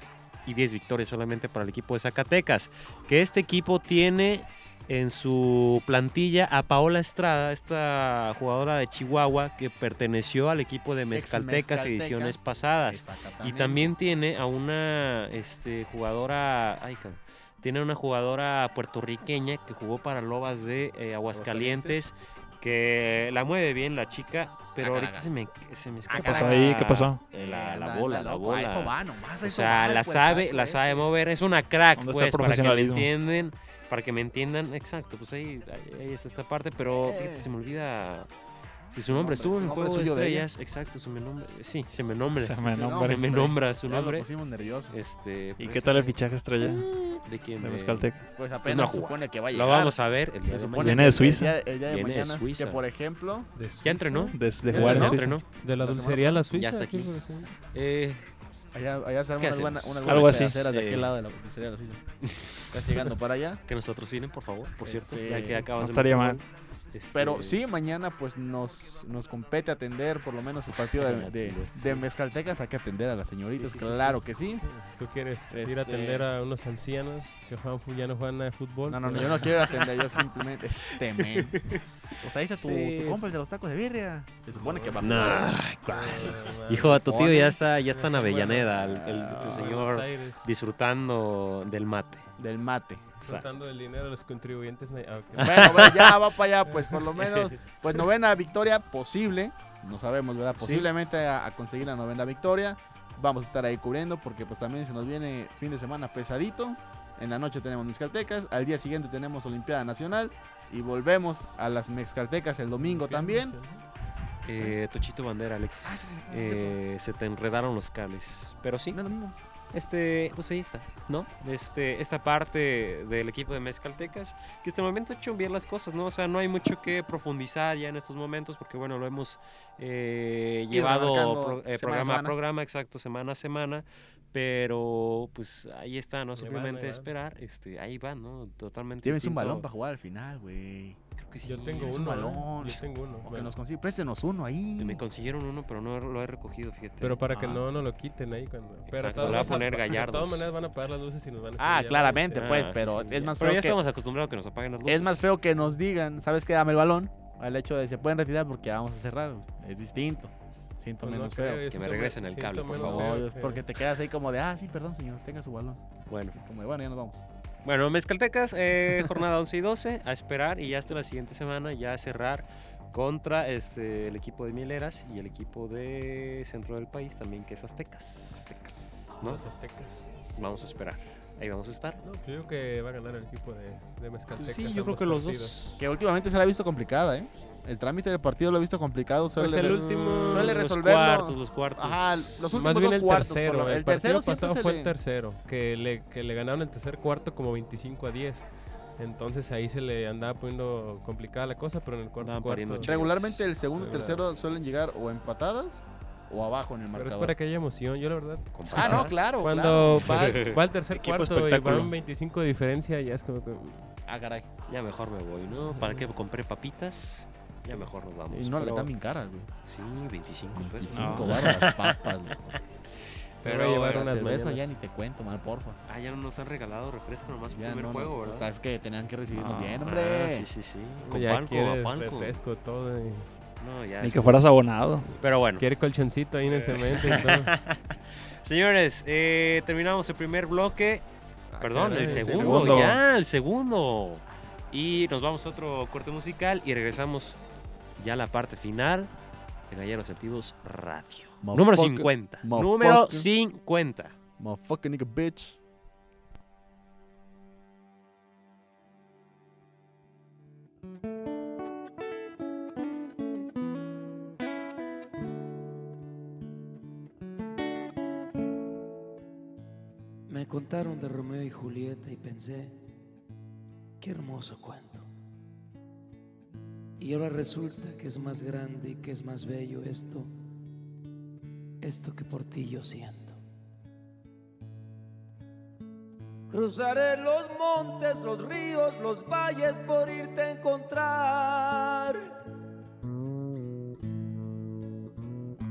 [SPEAKER 3] y 10 victorias solamente para el equipo de Zacatecas. Que este equipo tiene en su plantilla a Paola Estrada, esta jugadora de Chihuahua que perteneció al equipo de Mezcaltecas
[SPEAKER 4] Mezcalteca.
[SPEAKER 3] ediciones pasadas. Y
[SPEAKER 4] Exactamente.
[SPEAKER 3] también tiene a una este, jugadora. Ay, cabrón. tiene una jugadora puertorriqueña que jugó para Lobas de eh, Aguascalientes. Que la mueve bien la chica, pero ahorita se me, se me escapa.
[SPEAKER 5] ¿Qué pasó ahí? ¿Qué pasó?
[SPEAKER 3] eh, La, la
[SPEAKER 4] Anda,
[SPEAKER 3] bola,
[SPEAKER 4] anda
[SPEAKER 3] la
[SPEAKER 4] loco, a
[SPEAKER 3] bola.
[SPEAKER 4] Eso va nomás, a
[SPEAKER 3] O
[SPEAKER 4] eso pues,
[SPEAKER 3] sea,
[SPEAKER 4] va, ¿eh?
[SPEAKER 3] la
[SPEAKER 4] el
[SPEAKER 3] sabe,
[SPEAKER 4] cuerpazo
[SPEAKER 3] la
[SPEAKER 4] ese.
[SPEAKER 3] sabe mover. Es una crack,
[SPEAKER 5] ¿Dónde está
[SPEAKER 3] pues, para
[SPEAKER 5] el
[SPEAKER 3] que me
[SPEAKER 5] profesionalismo?
[SPEAKER 3] entiendan. Para que me entiendan, exacto, pues ahí, ahí- ahí está esta parte, pero
[SPEAKER 4] Sí.
[SPEAKER 3] fíjate, se me olvida si su
[SPEAKER 4] Su
[SPEAKER 3] nombre
[SPEAKER 4] nombre,
[SPEAKER 3] estuvo
[SPEAKER 4] su
[SPEAKER 3] en el
[SPEAKER 4] nombre
[SPEAKER 3] juego de
[SPEAKER 4] suyo de ella.
[SPEAKER 3] estrellas, exacto, se me nombra, sí, se me nombra,
[SPEAKER 5] Se
[SPEAKER 3] se
[SPEAKER 5] me
[SPEAKER 4] sí,
[SPEAKER 5] nombra.
[SPEAKER 4] no,
[SPEAKER 3] me nombra su
[SPEAKER 4] Ya lo
[SPEAKER 3] nombre,
[SPEAKER 4] pusimos nervioso.
[SPEAKER 3] este,
[SPEAKER 5] ¿Y
[SPEAKER 3] pues,
[SPEAKER 5] qué tal el fichaje estrella de
[SPEAKER 3] de quién, eh,
[SPEAKER 5] Mezcaltecas?
[SPEAKER 4] Pues
[SPEAKER 3] no
[SPEAKER 4] apenas
[SPEAKER 3] jugó.
[SPEAKER 4] supone que va a
[SPEAKER 3] lo
[SPEAKER 4] llegar.
[SPEAKER 3] vamos a ver el día
[SPEAKER 4] Se
[SPEAKER 3] de
[SPEAKER 4] supone
[SPEAKER 3] mañana.
[SPEAKER 5] Viene de
[SPEAKER 4] que
[SPEAKER 5] Suiza.
[SPEAKER 4] El día, el día de
[SPEAKER 3] Viene de
[SPEAKER 4] mañana,
[SPEAKER 3] Suiza.
[SPEAKER 4] que por ejemplo,
[SPEAKER 2] ¿De
[SPEAKER 3] ¿Ya entrenó?
[SPEAKER 5] De, de
[SPEAKER 4] Ya
[SPEAKER 5] jugar en
[SPEAKER 4] entrenó.
[SPEAKER 5] Suiza.
[SPEAKER 3] entrenó?
[SPEAKER 2] De
[SPEAKER 4] La
[SPEAKER 2] la
[SPEAKER 4] semana
[SPEAKER 2] dulcería a la Suiza.
[SPEAKER 3] Ya está aquí. Eh,
[SPEAKER 4] allá, allá se arman
[SPEAKER 3] ¿Qué
[SPEAKER 4] unas buenas
[SPEAKER 3] hacemos?
[SPEAKER 4] unas
[SPEAKER 5] Algo
[SPEAKER 4] buenas
[SPEAKER 5] así.
[SPEAKER 4] cedaceras de
[SPEAKER 3] Eh.
[SPEAKER 4] aquel lado de la pizzería de la Suiza. Estás llegando para allá.
[SPEAKER 3] que nos patrocinen, por favor, por cierto,
[SPEAKER 4] Este,
[SPEAKER 3] ya que acabas
[SPEAKER 5] no
[SPEAKER 3] de
[SPEAKER 5] estaría
[SPEAKER 3] meter
[SPEAKER 5] mal.
[SPEAKER 3] gol. Este,
[SPEAKER 4] Pero sí, mañana pues nos, nos compete atender por lo menos el partido de, de, de Mezcaltecas. Hay que atender a las señoritas,
[SPEAKER 3] Sí, sí, sí,
[SPEAKER 4] claro que sí.
[SPEAKER 2] ¿Tú quieres ir
[SPEAKER 4] Este-
[SPEAKER 2] a atender a unos ancianos que juegan, fu- ya no juegan nada de fútbol?
[SPEAKER 4] No, no, no,
[SPEAKER 2] Pues,
[SPEAKER 4] yo no quiero atender, yo simplemente. Este men. Pues ahí está tu,
[SPEAKER 3] Sí.
[SPEAKER 4] tu compa el de los tacos de birria. Se supone que va
[SPEAKER 3] Nah,
[SPEAKER 2] Ah, no mames.
[SPEAKER 3] Hijo, tu tío
[SPEAKER 4] Pone-
[SPEAKER 3] ya está, ya está en
[SPEAKER 2] Bueno,
[SPEAKER 3] Avellaneda, el, el- tu
[SPEAKER 4] ah,
[SPEAKER 2] Buenos
[SPEAKER 3] señor
[SPEAKER 2] Aires,
[SPEAKER 3] disfrutando del mate.
[SPEAKER 4] del mate.
[SPEAKER 2] tratando del dinero de los contribuyentes. na- ah, ok.
[SPEAKER 4] Bueno, bueno, ya va para allá, pues por lo menos, pues novena victoria posible, no sabemos, ¿verdad? Posiblemente a, a conseguir la novena victoria. Vamos a estar ahí cubriendo porque pues también se nos viene fin de semana pesadito. En la noche tenemos Mezcaltecas, al día siguiente tenemos Olimpiada Nacional y volvemos a las Mezcaltecas el domingo también. Ah,
[SPEAKER 3] Eh, Tochito Bandera, Alexis. Eh, se te enredaron los cables. Pero sí,
[SPEAKER 4] No es lo mismo.
[SPEAKER 3] este, pues ahí está, ¿no? Este, esta parte del equipo de Mezcaltecas, que hasta el momento ha hecho bien las cosas, ¿no? O sea, no hay mucho que profundizar ya en estos momentos, porque bueno, lo hemos eh,
[SPEAKER 4] Ido
[SPEAKER 3] llevado
[SPEAKER 4] remarcando
[SPEAKER 3] pro-
[SPEAKER 4] semana a
[SPEAKER 3] eh, programa a
[SPEAKER 4] semana.
[SPEAKER 3] programa, exacto, semana a semana. Pero pues ahí está, ¿no?
[SPEAKER 2] van, ahí
[SPEAKER 3] Simplemente
[SPEAKER 2] van.
[SPEAKER 3] esperar, este, ahí va, ¿no? Totalmente.
[SPEAKER 4] Llévense un
[SPEAKER 3] distinto.
[SPEAKER 4] balón para jugar al final, güey.
[SPEAKER 3] Creo que sí.
[SPEAKER 2] Yo tengo
[SPEAKER 4] Es
[SPEAKER 2] uno.
[SPEAKER 4] un
[SPEAKER 2] ¿eh?
[SPEAKER 4] balón.
[SPEAKER 2] Yo tengo uno.
[SPEAKER 4] O que
[SPEAKER 2] bueno.
[SPEAKER 4] nos consigue, préstenos uno ahí.
[SPEAKER 3] Y Me consiguieron uno, pero no lo he recogido, fíjate.
[SPEAKER 2] Pero para que
[SPEAKER 5] Ah.
[SPEAKER 2] no, no lo quiten ahí cuando. Pero
[SPEAKER 3] Exacto, le voy a poner
[SPEAKER 2] De todas
[SPEAKER 3] gallardos.
[SPEAKER 2] maneras van a apagar las luces y nos van a
[SPEAKER 4] Ah,
[SPEAKER 2] seguir
[SPEAKER 4] claramente,
[SPEAKER 2] llamando,
[SPEAKER 4] pues,
[SPEAKER 3] sí,
[SPEAKER 4] pero
[SPEAKER 3] sí,
[SPEAKER 4] es
[SPEAKER 3] ya.
[SPEAKER 4] más
[SPEAKER 3] Pero
[SPEAKER 4] feo
[SPEAKER 3] ya
[SPEAKER 4] que-
[SPEAKER 3] estamos acostumbrados a que nos apaguen las luces.
[SPEAKER 4] Es más feo que nos digan, ¿sabes qué? Dame el balón. Al hecho de se pueden retirar porque vamos a cerrar. Es distinto. Siento
[SPEAKER 2] Pues no
[SPEAKER 4] menos
[SPEAKER 2] creo,
[SPEAKER 4] feo.
[SPEAKER 2] yo
[SPEAKER 3] Que me
[SPEAKER 2] siento
[SPEAKER 3] regresen
[SPEAKER 2] me-
[SPEAKER 3] el
[SPEAKER 2] siento
[SPEAKER 3] cable, por
[SPEAKER 2] menos
[SPEAKER 4] No,
[SPEAKER 3] favor.
[SPEAKER 2] feo,
[SPEAKER 4] yo-
[SPEAKER 2] feo.
[SPEAKER 4] porque te quedas ahí como de, ah, sí, perdón, señor, tenga su balón.
[SPEAKER 3] Bueno,
[SPEAKER 4] Es como de, bueno, ya nos vamos.
[SPEAKER 3] bueno Mezcaltecas, eh, jornada 11 y 12, a esperar y ya hasta la siguiente semana ya a cerrar contra este, el equipo de Mileras y el equipo de centro del país también, que es Aztecas. Aztecas. ¿No?
[SPEAKER 2] Los aztecas.
[SPEAKER 3] Vamos a esperar. Ahí vamos a estar.
[SPEAKER 2] No, pues yo creo que va a ganar el equipo de, de Mezcaltecas.
[SPEAKER 3] sí, yo creo
[SPEAKER 2] ambos
[SPEAKER 3] que los
[SPEAKER 2] partidos.
[SPEAKER 3] dos.
[SPEAKER 4] Que últimamente se la ha visto complicada, ¿eh? El trámite del partido lo he visto complicado. Suele,
[SPEAKER 2] Pues el
[SPEAKER 4] re-
[SPEAKER 2] último.
[SPEAKER 4] suele
[SPEAKER 3] los
[SPEAKER 4] resolverlo.
[SPEAKER 3] cuartos, los cuartos.
[SPEAKER 4] Ajá, los últimos
[SPEAKER 2] Más bien
[SPEAKER 4] dos
[SPEAKER 2] el
[SPEAKER 4] cuartos. por
[SPEAKER 2] tercero.
[SPEAKER 4] lo-
[SPEAKER 2] El,
[SPEAKER 4] el tercero
[SPEAKER 2] partido
[SPEAKER 4] siempre
[SPEAKER 2] pasado
[SPEAKER 4] se
[SPEAKER 2] fue
[SPEAKER 4] le-
[SPEAKER 2] el tercero. Que le, que le ganaron el tercer cuarto como 25 a 10. Entonces ahí se le andaba poniendo complicada la cosa, pero en el cuarto
[SPEAKER 3] Andaban pariendo
[SPEAKER 2] cuarto.
[SPEAKER 3] chingos.
[SPEAKER 4] Regularmente el segundo y
[SPEAKER 2] Regular.
[SPEAKER 4] tercero suelen llegar o empatadas o abajo en el
[SPEAKER 2] Pero es
[SPEAKER 4] marcador.
[SPEAKER 2] para que haya emoción. Yo la verdad
[SPEAKER 4] Ah, no, claro. claro.
[SPEAKER 2] Cuando va, va al tercer
[SPEAKER 5] Equipo
[SPEAKER 2] cuarto y
[SPEAKER 5] espectáculo.
[SPEAKER 2] van 25 de diferencia, ya es como que.
[SPEAKER 4] Ah, caray.
[SPEAKER 3] Ya mejor me voy, ¿no? ¿Para qué compré papitas? Ya mejor nos vamos.
[SPEAKER 4] Y no le
[SPEAKER 3] pero-
[SPEAKER 4] están bien caras, güey.
[SPEAKER 3] Sí, 25 pesos.
[SPEAKER 4] 25
[SPEAKER 5] No.
[SPEAKER 4] barras las papas, güey.
[SPEAKER 2] Voy a
[SPEAKER 3] Pero
[SPEAKER 2] llevar
[SPEAKER 3] bueno,
[SPEAKER 4] La
[SPEAKER 2] unas
[SPEAKER 4] cerveza
[SPEAKER 2] mañanas.
[SPEAKER 4] ya ni te cuento, man, porfa.
[SPEAKER 3] ah, ya no nos han regalado refresco nomás por
[SPEAKER 4] Ya
[SPEAKER 3] primer
[SPEAKER 4] no,
[SPEAKER 3] juego,
[SPEAKER 4] no.
[SPEAKER 3] ¿verdad?
[SPEAKER 4] Está- es que tenían que recibirnos
[SPEAKER 5] Ah,
[SPEAKER 4] bien,
[SPEAKER 3] Ah,
[SPEAKER 4] hombre.
[SPEAKER 3] sí, sí, sí. Con
[SPEAKER 2] ya
[SPEAKER 3] Panco,
[SPEAKER 2] quiere
[SPEAKER 3] a Panco.
[SPEAKER 2] refresco, todo. y
[SPEAKER 3] No, ya.
[SPEAKER 5] Ni que fueras abonado.
[SPEAKER 3] Pero bueno.
[SPEAKER 2] Quiere colchoncito
[SPEAKER 3] Eh.
[SPEAKER 2] ahí en el cemento y todo.
[SPEAKER 3] Señores, eh, terminamos el primer bloque. Perdón,
[SPEAKER 2] caray,
[SPEAKER 3] el
[SPEAKER 2] el
[SPEAKER 3] segundo,
[SPEAKER 4] Ah, segundo.
[SPEAKER 3] ya, el segundo. Y nos vamos a otro corte musical y regresamos ya a la parte final de Galleros Activos Radio. Número
[SPEAKER 4] Motherfucker.
[SPEAKER 3] 50. Número
[SPEAKER 4] Motherfucker.
[SPEAKER 3] 50.
[SPEAKER 4] Motherfucking nigga bitch.
[SPEAKER 7] Me contaron de Romeo y Julieta y pensé, qué hermoso cuento. Y ahora resulta que es más grande y que es más bello esto, esto que por ti yo siento.
[SPEAKER 1] Cruzaré los montes, los ríos, los valles por irte a encontrar.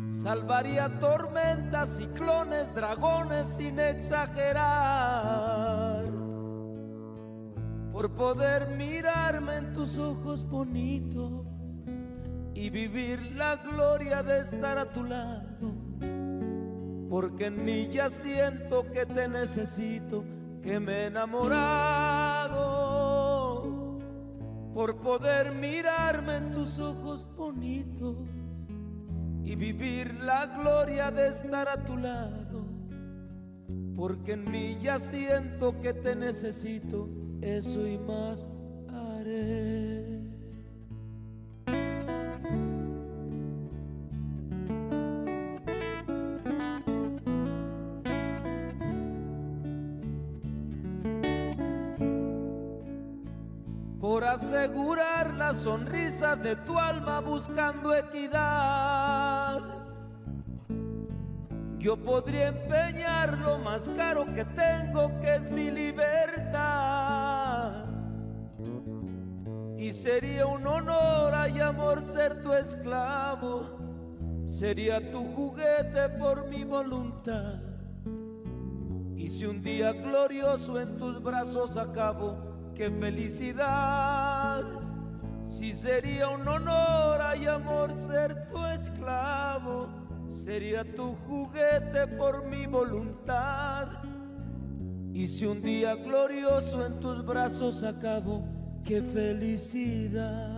[SPEAKER 1] Salvaría tormentas, ciclones, dragones sin exagerar. Por poder mirarme en tus ojos bonitos y vivir la gloria de estar a tu lado porque en mí ya siento que te necesito, que me he enamorado por poder mirarme en tus ojos bonitos y vivir la gloria de estar a tu lado, porque en mí ya siento que te necesito, eso y más haré. por asegurar la sonrisa de tu alma buscando equidad. Yo podría empeñar lo más caro que tengo, que es mi libertad. Y sería un honor y amor ser tu esclavo, sería tu juguete por mi voluntad. Y si un día glorioso en tus brazos acabo, qué felicidad. Si sería un honor y amor ser tu esclavo, sería tu juguete por mi voluntad. Y si un día glorioso en tus brazos acabo, qué felicidad.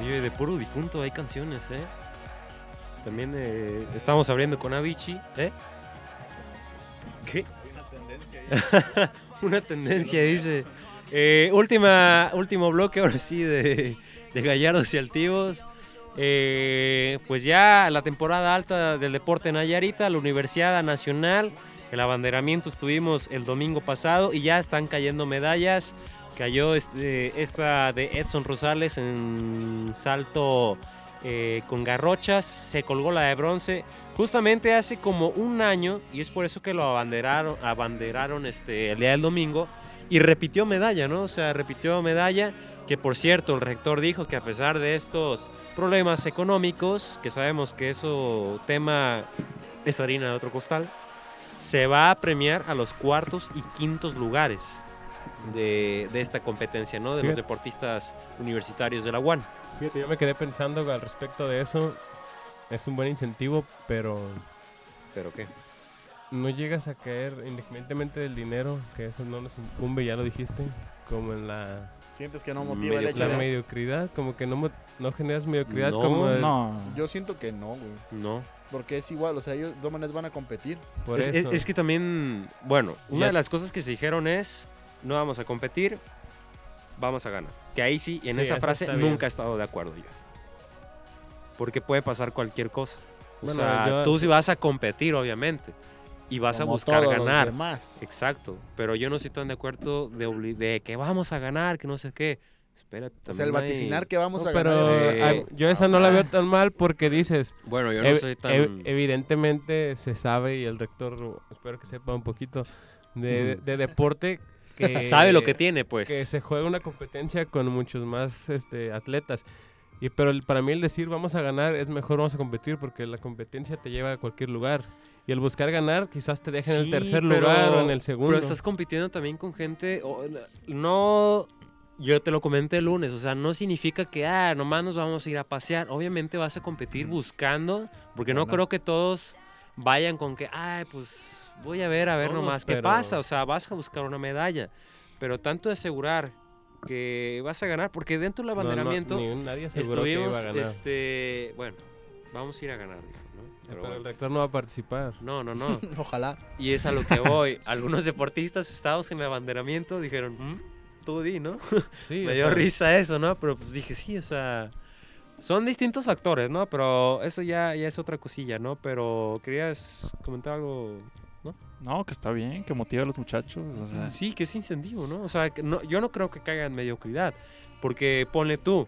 [SPEAKER 3] Oye, de puro difunto hay canciones, ¿eh? También eh, estamos abriendo con Avicii, ¿eh? ¿Qué? Una tendencia, dice. Eh, última, último bloque ahora sí de, de Gallardos y Altivos. Eh, pues ya la temporada alta del deporte en Nayarita, la Universidad Nacional, el abanderamiento estuvimos el domingo pasado y ya están cayendo medallas. Cayó este, esta de Edson Rosales en salto eh, con garrochas, se colgó la de bronce. Justamente hace como un año, y es por eso que lo abanderaron, abanderaron este, el día del domingo, y repitió medalla, ¿no? O sea, repitió medalla, que por cierto, el rector dijo que a pesar de estos problemas económicos, que sabemos que eso tema es harina de otro costal, se va a premiar a los cuartos y quintos lugares. de, de esta competencia, ¿no? De los
[SPEAKER 2] Fíjate.
[SPEAKER 3] deportistas universitarios de la UAN.
[SPEAKER 2] Fíjate, yo me quedé pensando al respecto de eso. Es un buen incentivo, pero
[SPEAKER 3] ¿Pero qué?
[SPEAKER 2] no llegas a caer independientemente del dinero, que eso no nos incumbe, ya lo dijiste, como en la,
[SPEAKER 4] Sientes que no motiva el
[SPEAKER 3] Mm, Medio
[SPEAKER 4] hecho
[SPEAKER 2] la
[SPEAKER 3] claro.
[SPEAKER 4] de...
[SPEAKER 2] mediocridad, como que no, mo- no generas mediocridad
[SPEAKER 3] No,
[SPEAKER 2] como el-
[SPEAKER 5] No.
[SPEAKER 4] Yo siento que no, güey.
[SPEAKER 3] No.
[SPEAKER 4] Porque es igual, o sea, ellos de todas maneras van a competir.
[SPEAKER 2] por
[SPEAKER 3] es, es-
[SPEAKER 2] eso.
[SPEAKER 3] es que también, bueno, una
[SPEAKER 2] Ya-
[SPEAKER 3] de las cosas que se dijeron es, no vamos a competir, vamos a ganar. Que ahí sí, en
[SPEAKER 2] Sí,
[SPEAKER 3] esa
[SPEAKER 2] eso
[SPEAKER 3] frase
[SPEAKER 2] está bien.
[SPEAKER 3] nunca he estado de acuerdo yo. Porque puede pasar cualquier cosa. O
[SPEAKER 2] Bueno,
[SPEAKER 3] sea,
[SPEAKER 2] yo-
[SPEAKER 3] tú sí vas a competir, obviamente, y vas a
[SPEAKER 4] como
[SPEAKER 3] buscar
[SPEAKER 4] todos los
[SPEAKER 3] ganar.
[SPEAKER 4] demás.
[SPEAKER 3] Exacto, pero yo no estoy tan de acuerdo de, obli- de que vamos a ganar, que no sé qué. Espérate,
[SPEAKER 4] O sea, el
[SPEAKER 3] también hay-
[SPEAKER 4] vaticinar que vamos
[SPEAKER 2] No,
[SPEAKER 4] a
[SPEAKER 2] pero
[SPEAKER 4] ganar. ya
[SPEAKER 3] eh,
[SPEAKER 4] está.
[SPEAKER 2] ay, yo esa no la veo tan mal porque dices,
[SPEAKER 3] Bueno, yo
[SPEAKER 2] ev-
[SPEAKER 3] no soy tan...
[SPEAKER 2] ev- evidentemente se sabe y el rector espero que sepa un poquito de, de deporte que
[SPEAKER 3] Sabe lo que tiene, pues.
[SPEAKER 2] Eh, que se juega una competencia con muchos más este, atletas. Y pero el- para mí el decir vamos a ganar es mejor vamos a competir porque la competencia te lleva a cualquier lugar. Y el buscar ganar quizás te deja en el
[SPEAKER 3] Sí,
[SPEAKER 2] tercer
[SPEAKER 3] pero-
[SPEAKER 2] lugar o en el segundo.
[SPEAKER 3] Pero estás compitiendo también con gente... o- no... Yo te lo comenté el lunes, o sea, no significa que, ah, nomás nos vamos a ir a pasear. Obviamente vas a competir buscando, porque no
[SPEAKER 4] Ganar.
[SPEAKER 3] creo que todos vayan con que, ay, pues voy a ver, a ver
[SPEAKER 2] Todos,
[SPEAKER 3] nomás qué
[SPEAKER 2] pero-
[SPEAKER 3] pasa. O sea, vas a buscar una medalla. Pero tanto de asegurar que vas a ganar, porque dentro del
[SPEAKER 2] No, no,
[SPEAKER 3] abanderamiento...
[SPEAKER 2] ni un- nadie aseguró que iba
[SPEAKER 3] Estuvimos,
[SPEAKER 2] a ganar. Eh,
[SPEAKER 3] este, bueno, vamos a ir a ganar, dijo, ¿no? Pero
[SPEAKER 2] pero el
[SPEAKER 3] bueno.
[SPEAKER 2] rector no va a participar.
[SPEAKER 3] No, no, no.
[SPEAKER 4] Ojalá.
[SPEAKER 3] Y es a lo que voy. Algunos deportistas estados en el abanderamiento dijeron, "Mm, tú di, ¿no?
[SPEAKER 2] Sí,
[SPEAKER 3] Me
[SPEAKER 2] o
[SPEAKER 3] dio
[SPEAKER 2] sea,
[SPEAKER 3] risa eso, ¿no? Pero pues dije, sí, o sea, son distintos factores, ¿no? Pero eso ya, ya es otra cosilla, ¿no? Pero querías comentar algo.
[SPEAKER 5] No, que está bien, que motiva a los muchachos. o sea,
[SPEAKER 3] Sí, que es incentivo, ¿no? O sea, que no- yo no creo que caiga en mediocridad. Porque ponle tú.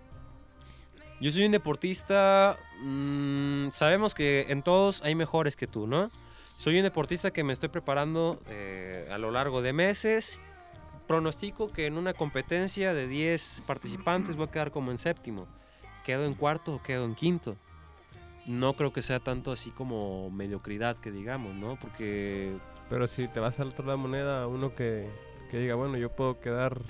[SPEAKER 3] Yo soy un deportista. mm, sabemos que en todos hay mejores que tú, ¿no? Soy un deportista que me estoy preparando eh, a lo largo de meses. Pronostico que en una competencia de 10 participantes voy a quedar como en séptimo. ¿Quedo en cuarto o quedo en quinto? No creo que sea tanto así como mediocridad que digamos, ¿no? Porque
[SPEAKER 2] Pero si te vas al otro lado de la moneda, uno que, que diga, bueno, yo puedo quedar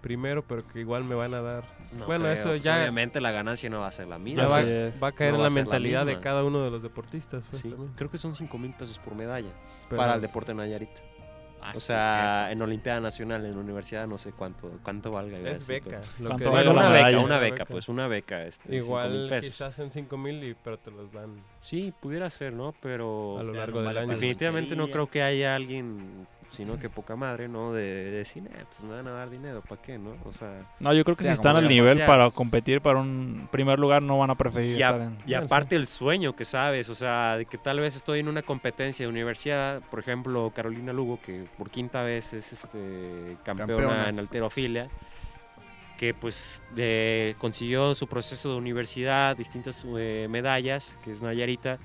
[SPEAKER 2] primero, pero que igual me van a dar.
[SPEAKER 3] No
[SPEAKER 2] bueno,
[SPEAKER 3] creo,
[SPEAKER 2] eso
[SPEAKER 3] pues,
[SPEAKER 2] ya,
[SPEAKER 3] obviamente la ganancia no va a ser la
[SPEAKER 2] ya
[SPEAKER 3] misma.
[SPEAKER 2] va,
[SPEAKER 5] Así es.
[SPEAKER 2] va a caer
[SPEAKER 3] No
[SPEAKER 2] en
[SPEAKER 3] va
[SPEAKER 2] la
[SPEAKER 3] a ser la
[SPEAKER 2] mentalidad de
[SPEAKER 3] misma.
[SPEAKER 2] cada uno de los deportistas. pues,
[SPEAKER 3] Sí,
[SPEAKER 2] también.
[SPEAKER 3] creo que son 5 mil pesos por medalla
[SPEAKER 2] Pero-
[SPEAKER 3] para el deporte de Nayarit. o sea, en Olimpiada Nacional, en la universidad, no sé cuánto cuánto valga. iba a
[SPEAKER 2] Es
[SPEAKER 3] decir,
[SPEAKER 2] beca.
[SPEAKER 3] pero-
[SPEAKER 2] lo
[SPEAKER 5] ¿Cuánto
[SPEAKER 2] que-
[SPEAKER 5] vale
[SPEAKER 3] Bueno, una
[SPEAKER 5] la
[SPEAKER 3] beca,
[SPEAKER 5] medalla?
[SPEAKER 3] una beca, pues una beca. Este,
[SPEAKER 2] Igual
[SPEAKER 3] 5,000 pesos.
[SPEAKER 2] quizás en 5 mil, pero te los dan
[SPEAKER 3] Sí, pudiera ser, ¿no? Pero
[SPEAKER 2] a lo
[SPEAKER 4] Ya
[SPEAKER 2] largo
[SPEAKER 4] no
[SPEAKER 2] del
[SPEAKER 4] vale
[SPEAKER 2] año.
[SPEAKER 4] para el
[SPEAKER 3] definitivamente no
[SPEAKER 4] Manchería.
[SPEAKER 3] creo que haya alguien, sino que poca madre, ¿no? De, de decir, "Nah, pues me van a dar dinero, ¿para qué, no? O sea,
[SPEAKER 5] No, yo creo que
[SPEAKER 4] Sea
[SPEAKER 5] si están
[SPEAKER 4] como
[SPEAKER 5] al
[SPEAKER 3] sea.
[SPEAKER 5] nivel
[SPEAKER 3] Sea.
[SPEAKER 5] para competir para un primer lugar, no van a preferir
[SPEAKER 3] Y, a-
[SPEAKER 5] estar en.
[SPEAKER 3] y aparte el sueño que sabes, o sea, de que tal vez estoy en una competencia de universidad, por ejemplo, Carolina Lugo, que por quinta vez es este, campeona,
[SPEAKER 4] Campeona.
[SPEAKER 3] en alterofilia, que pues de- consiguió su proceso de universidad, distintas eh, medallas, que es Nayarita,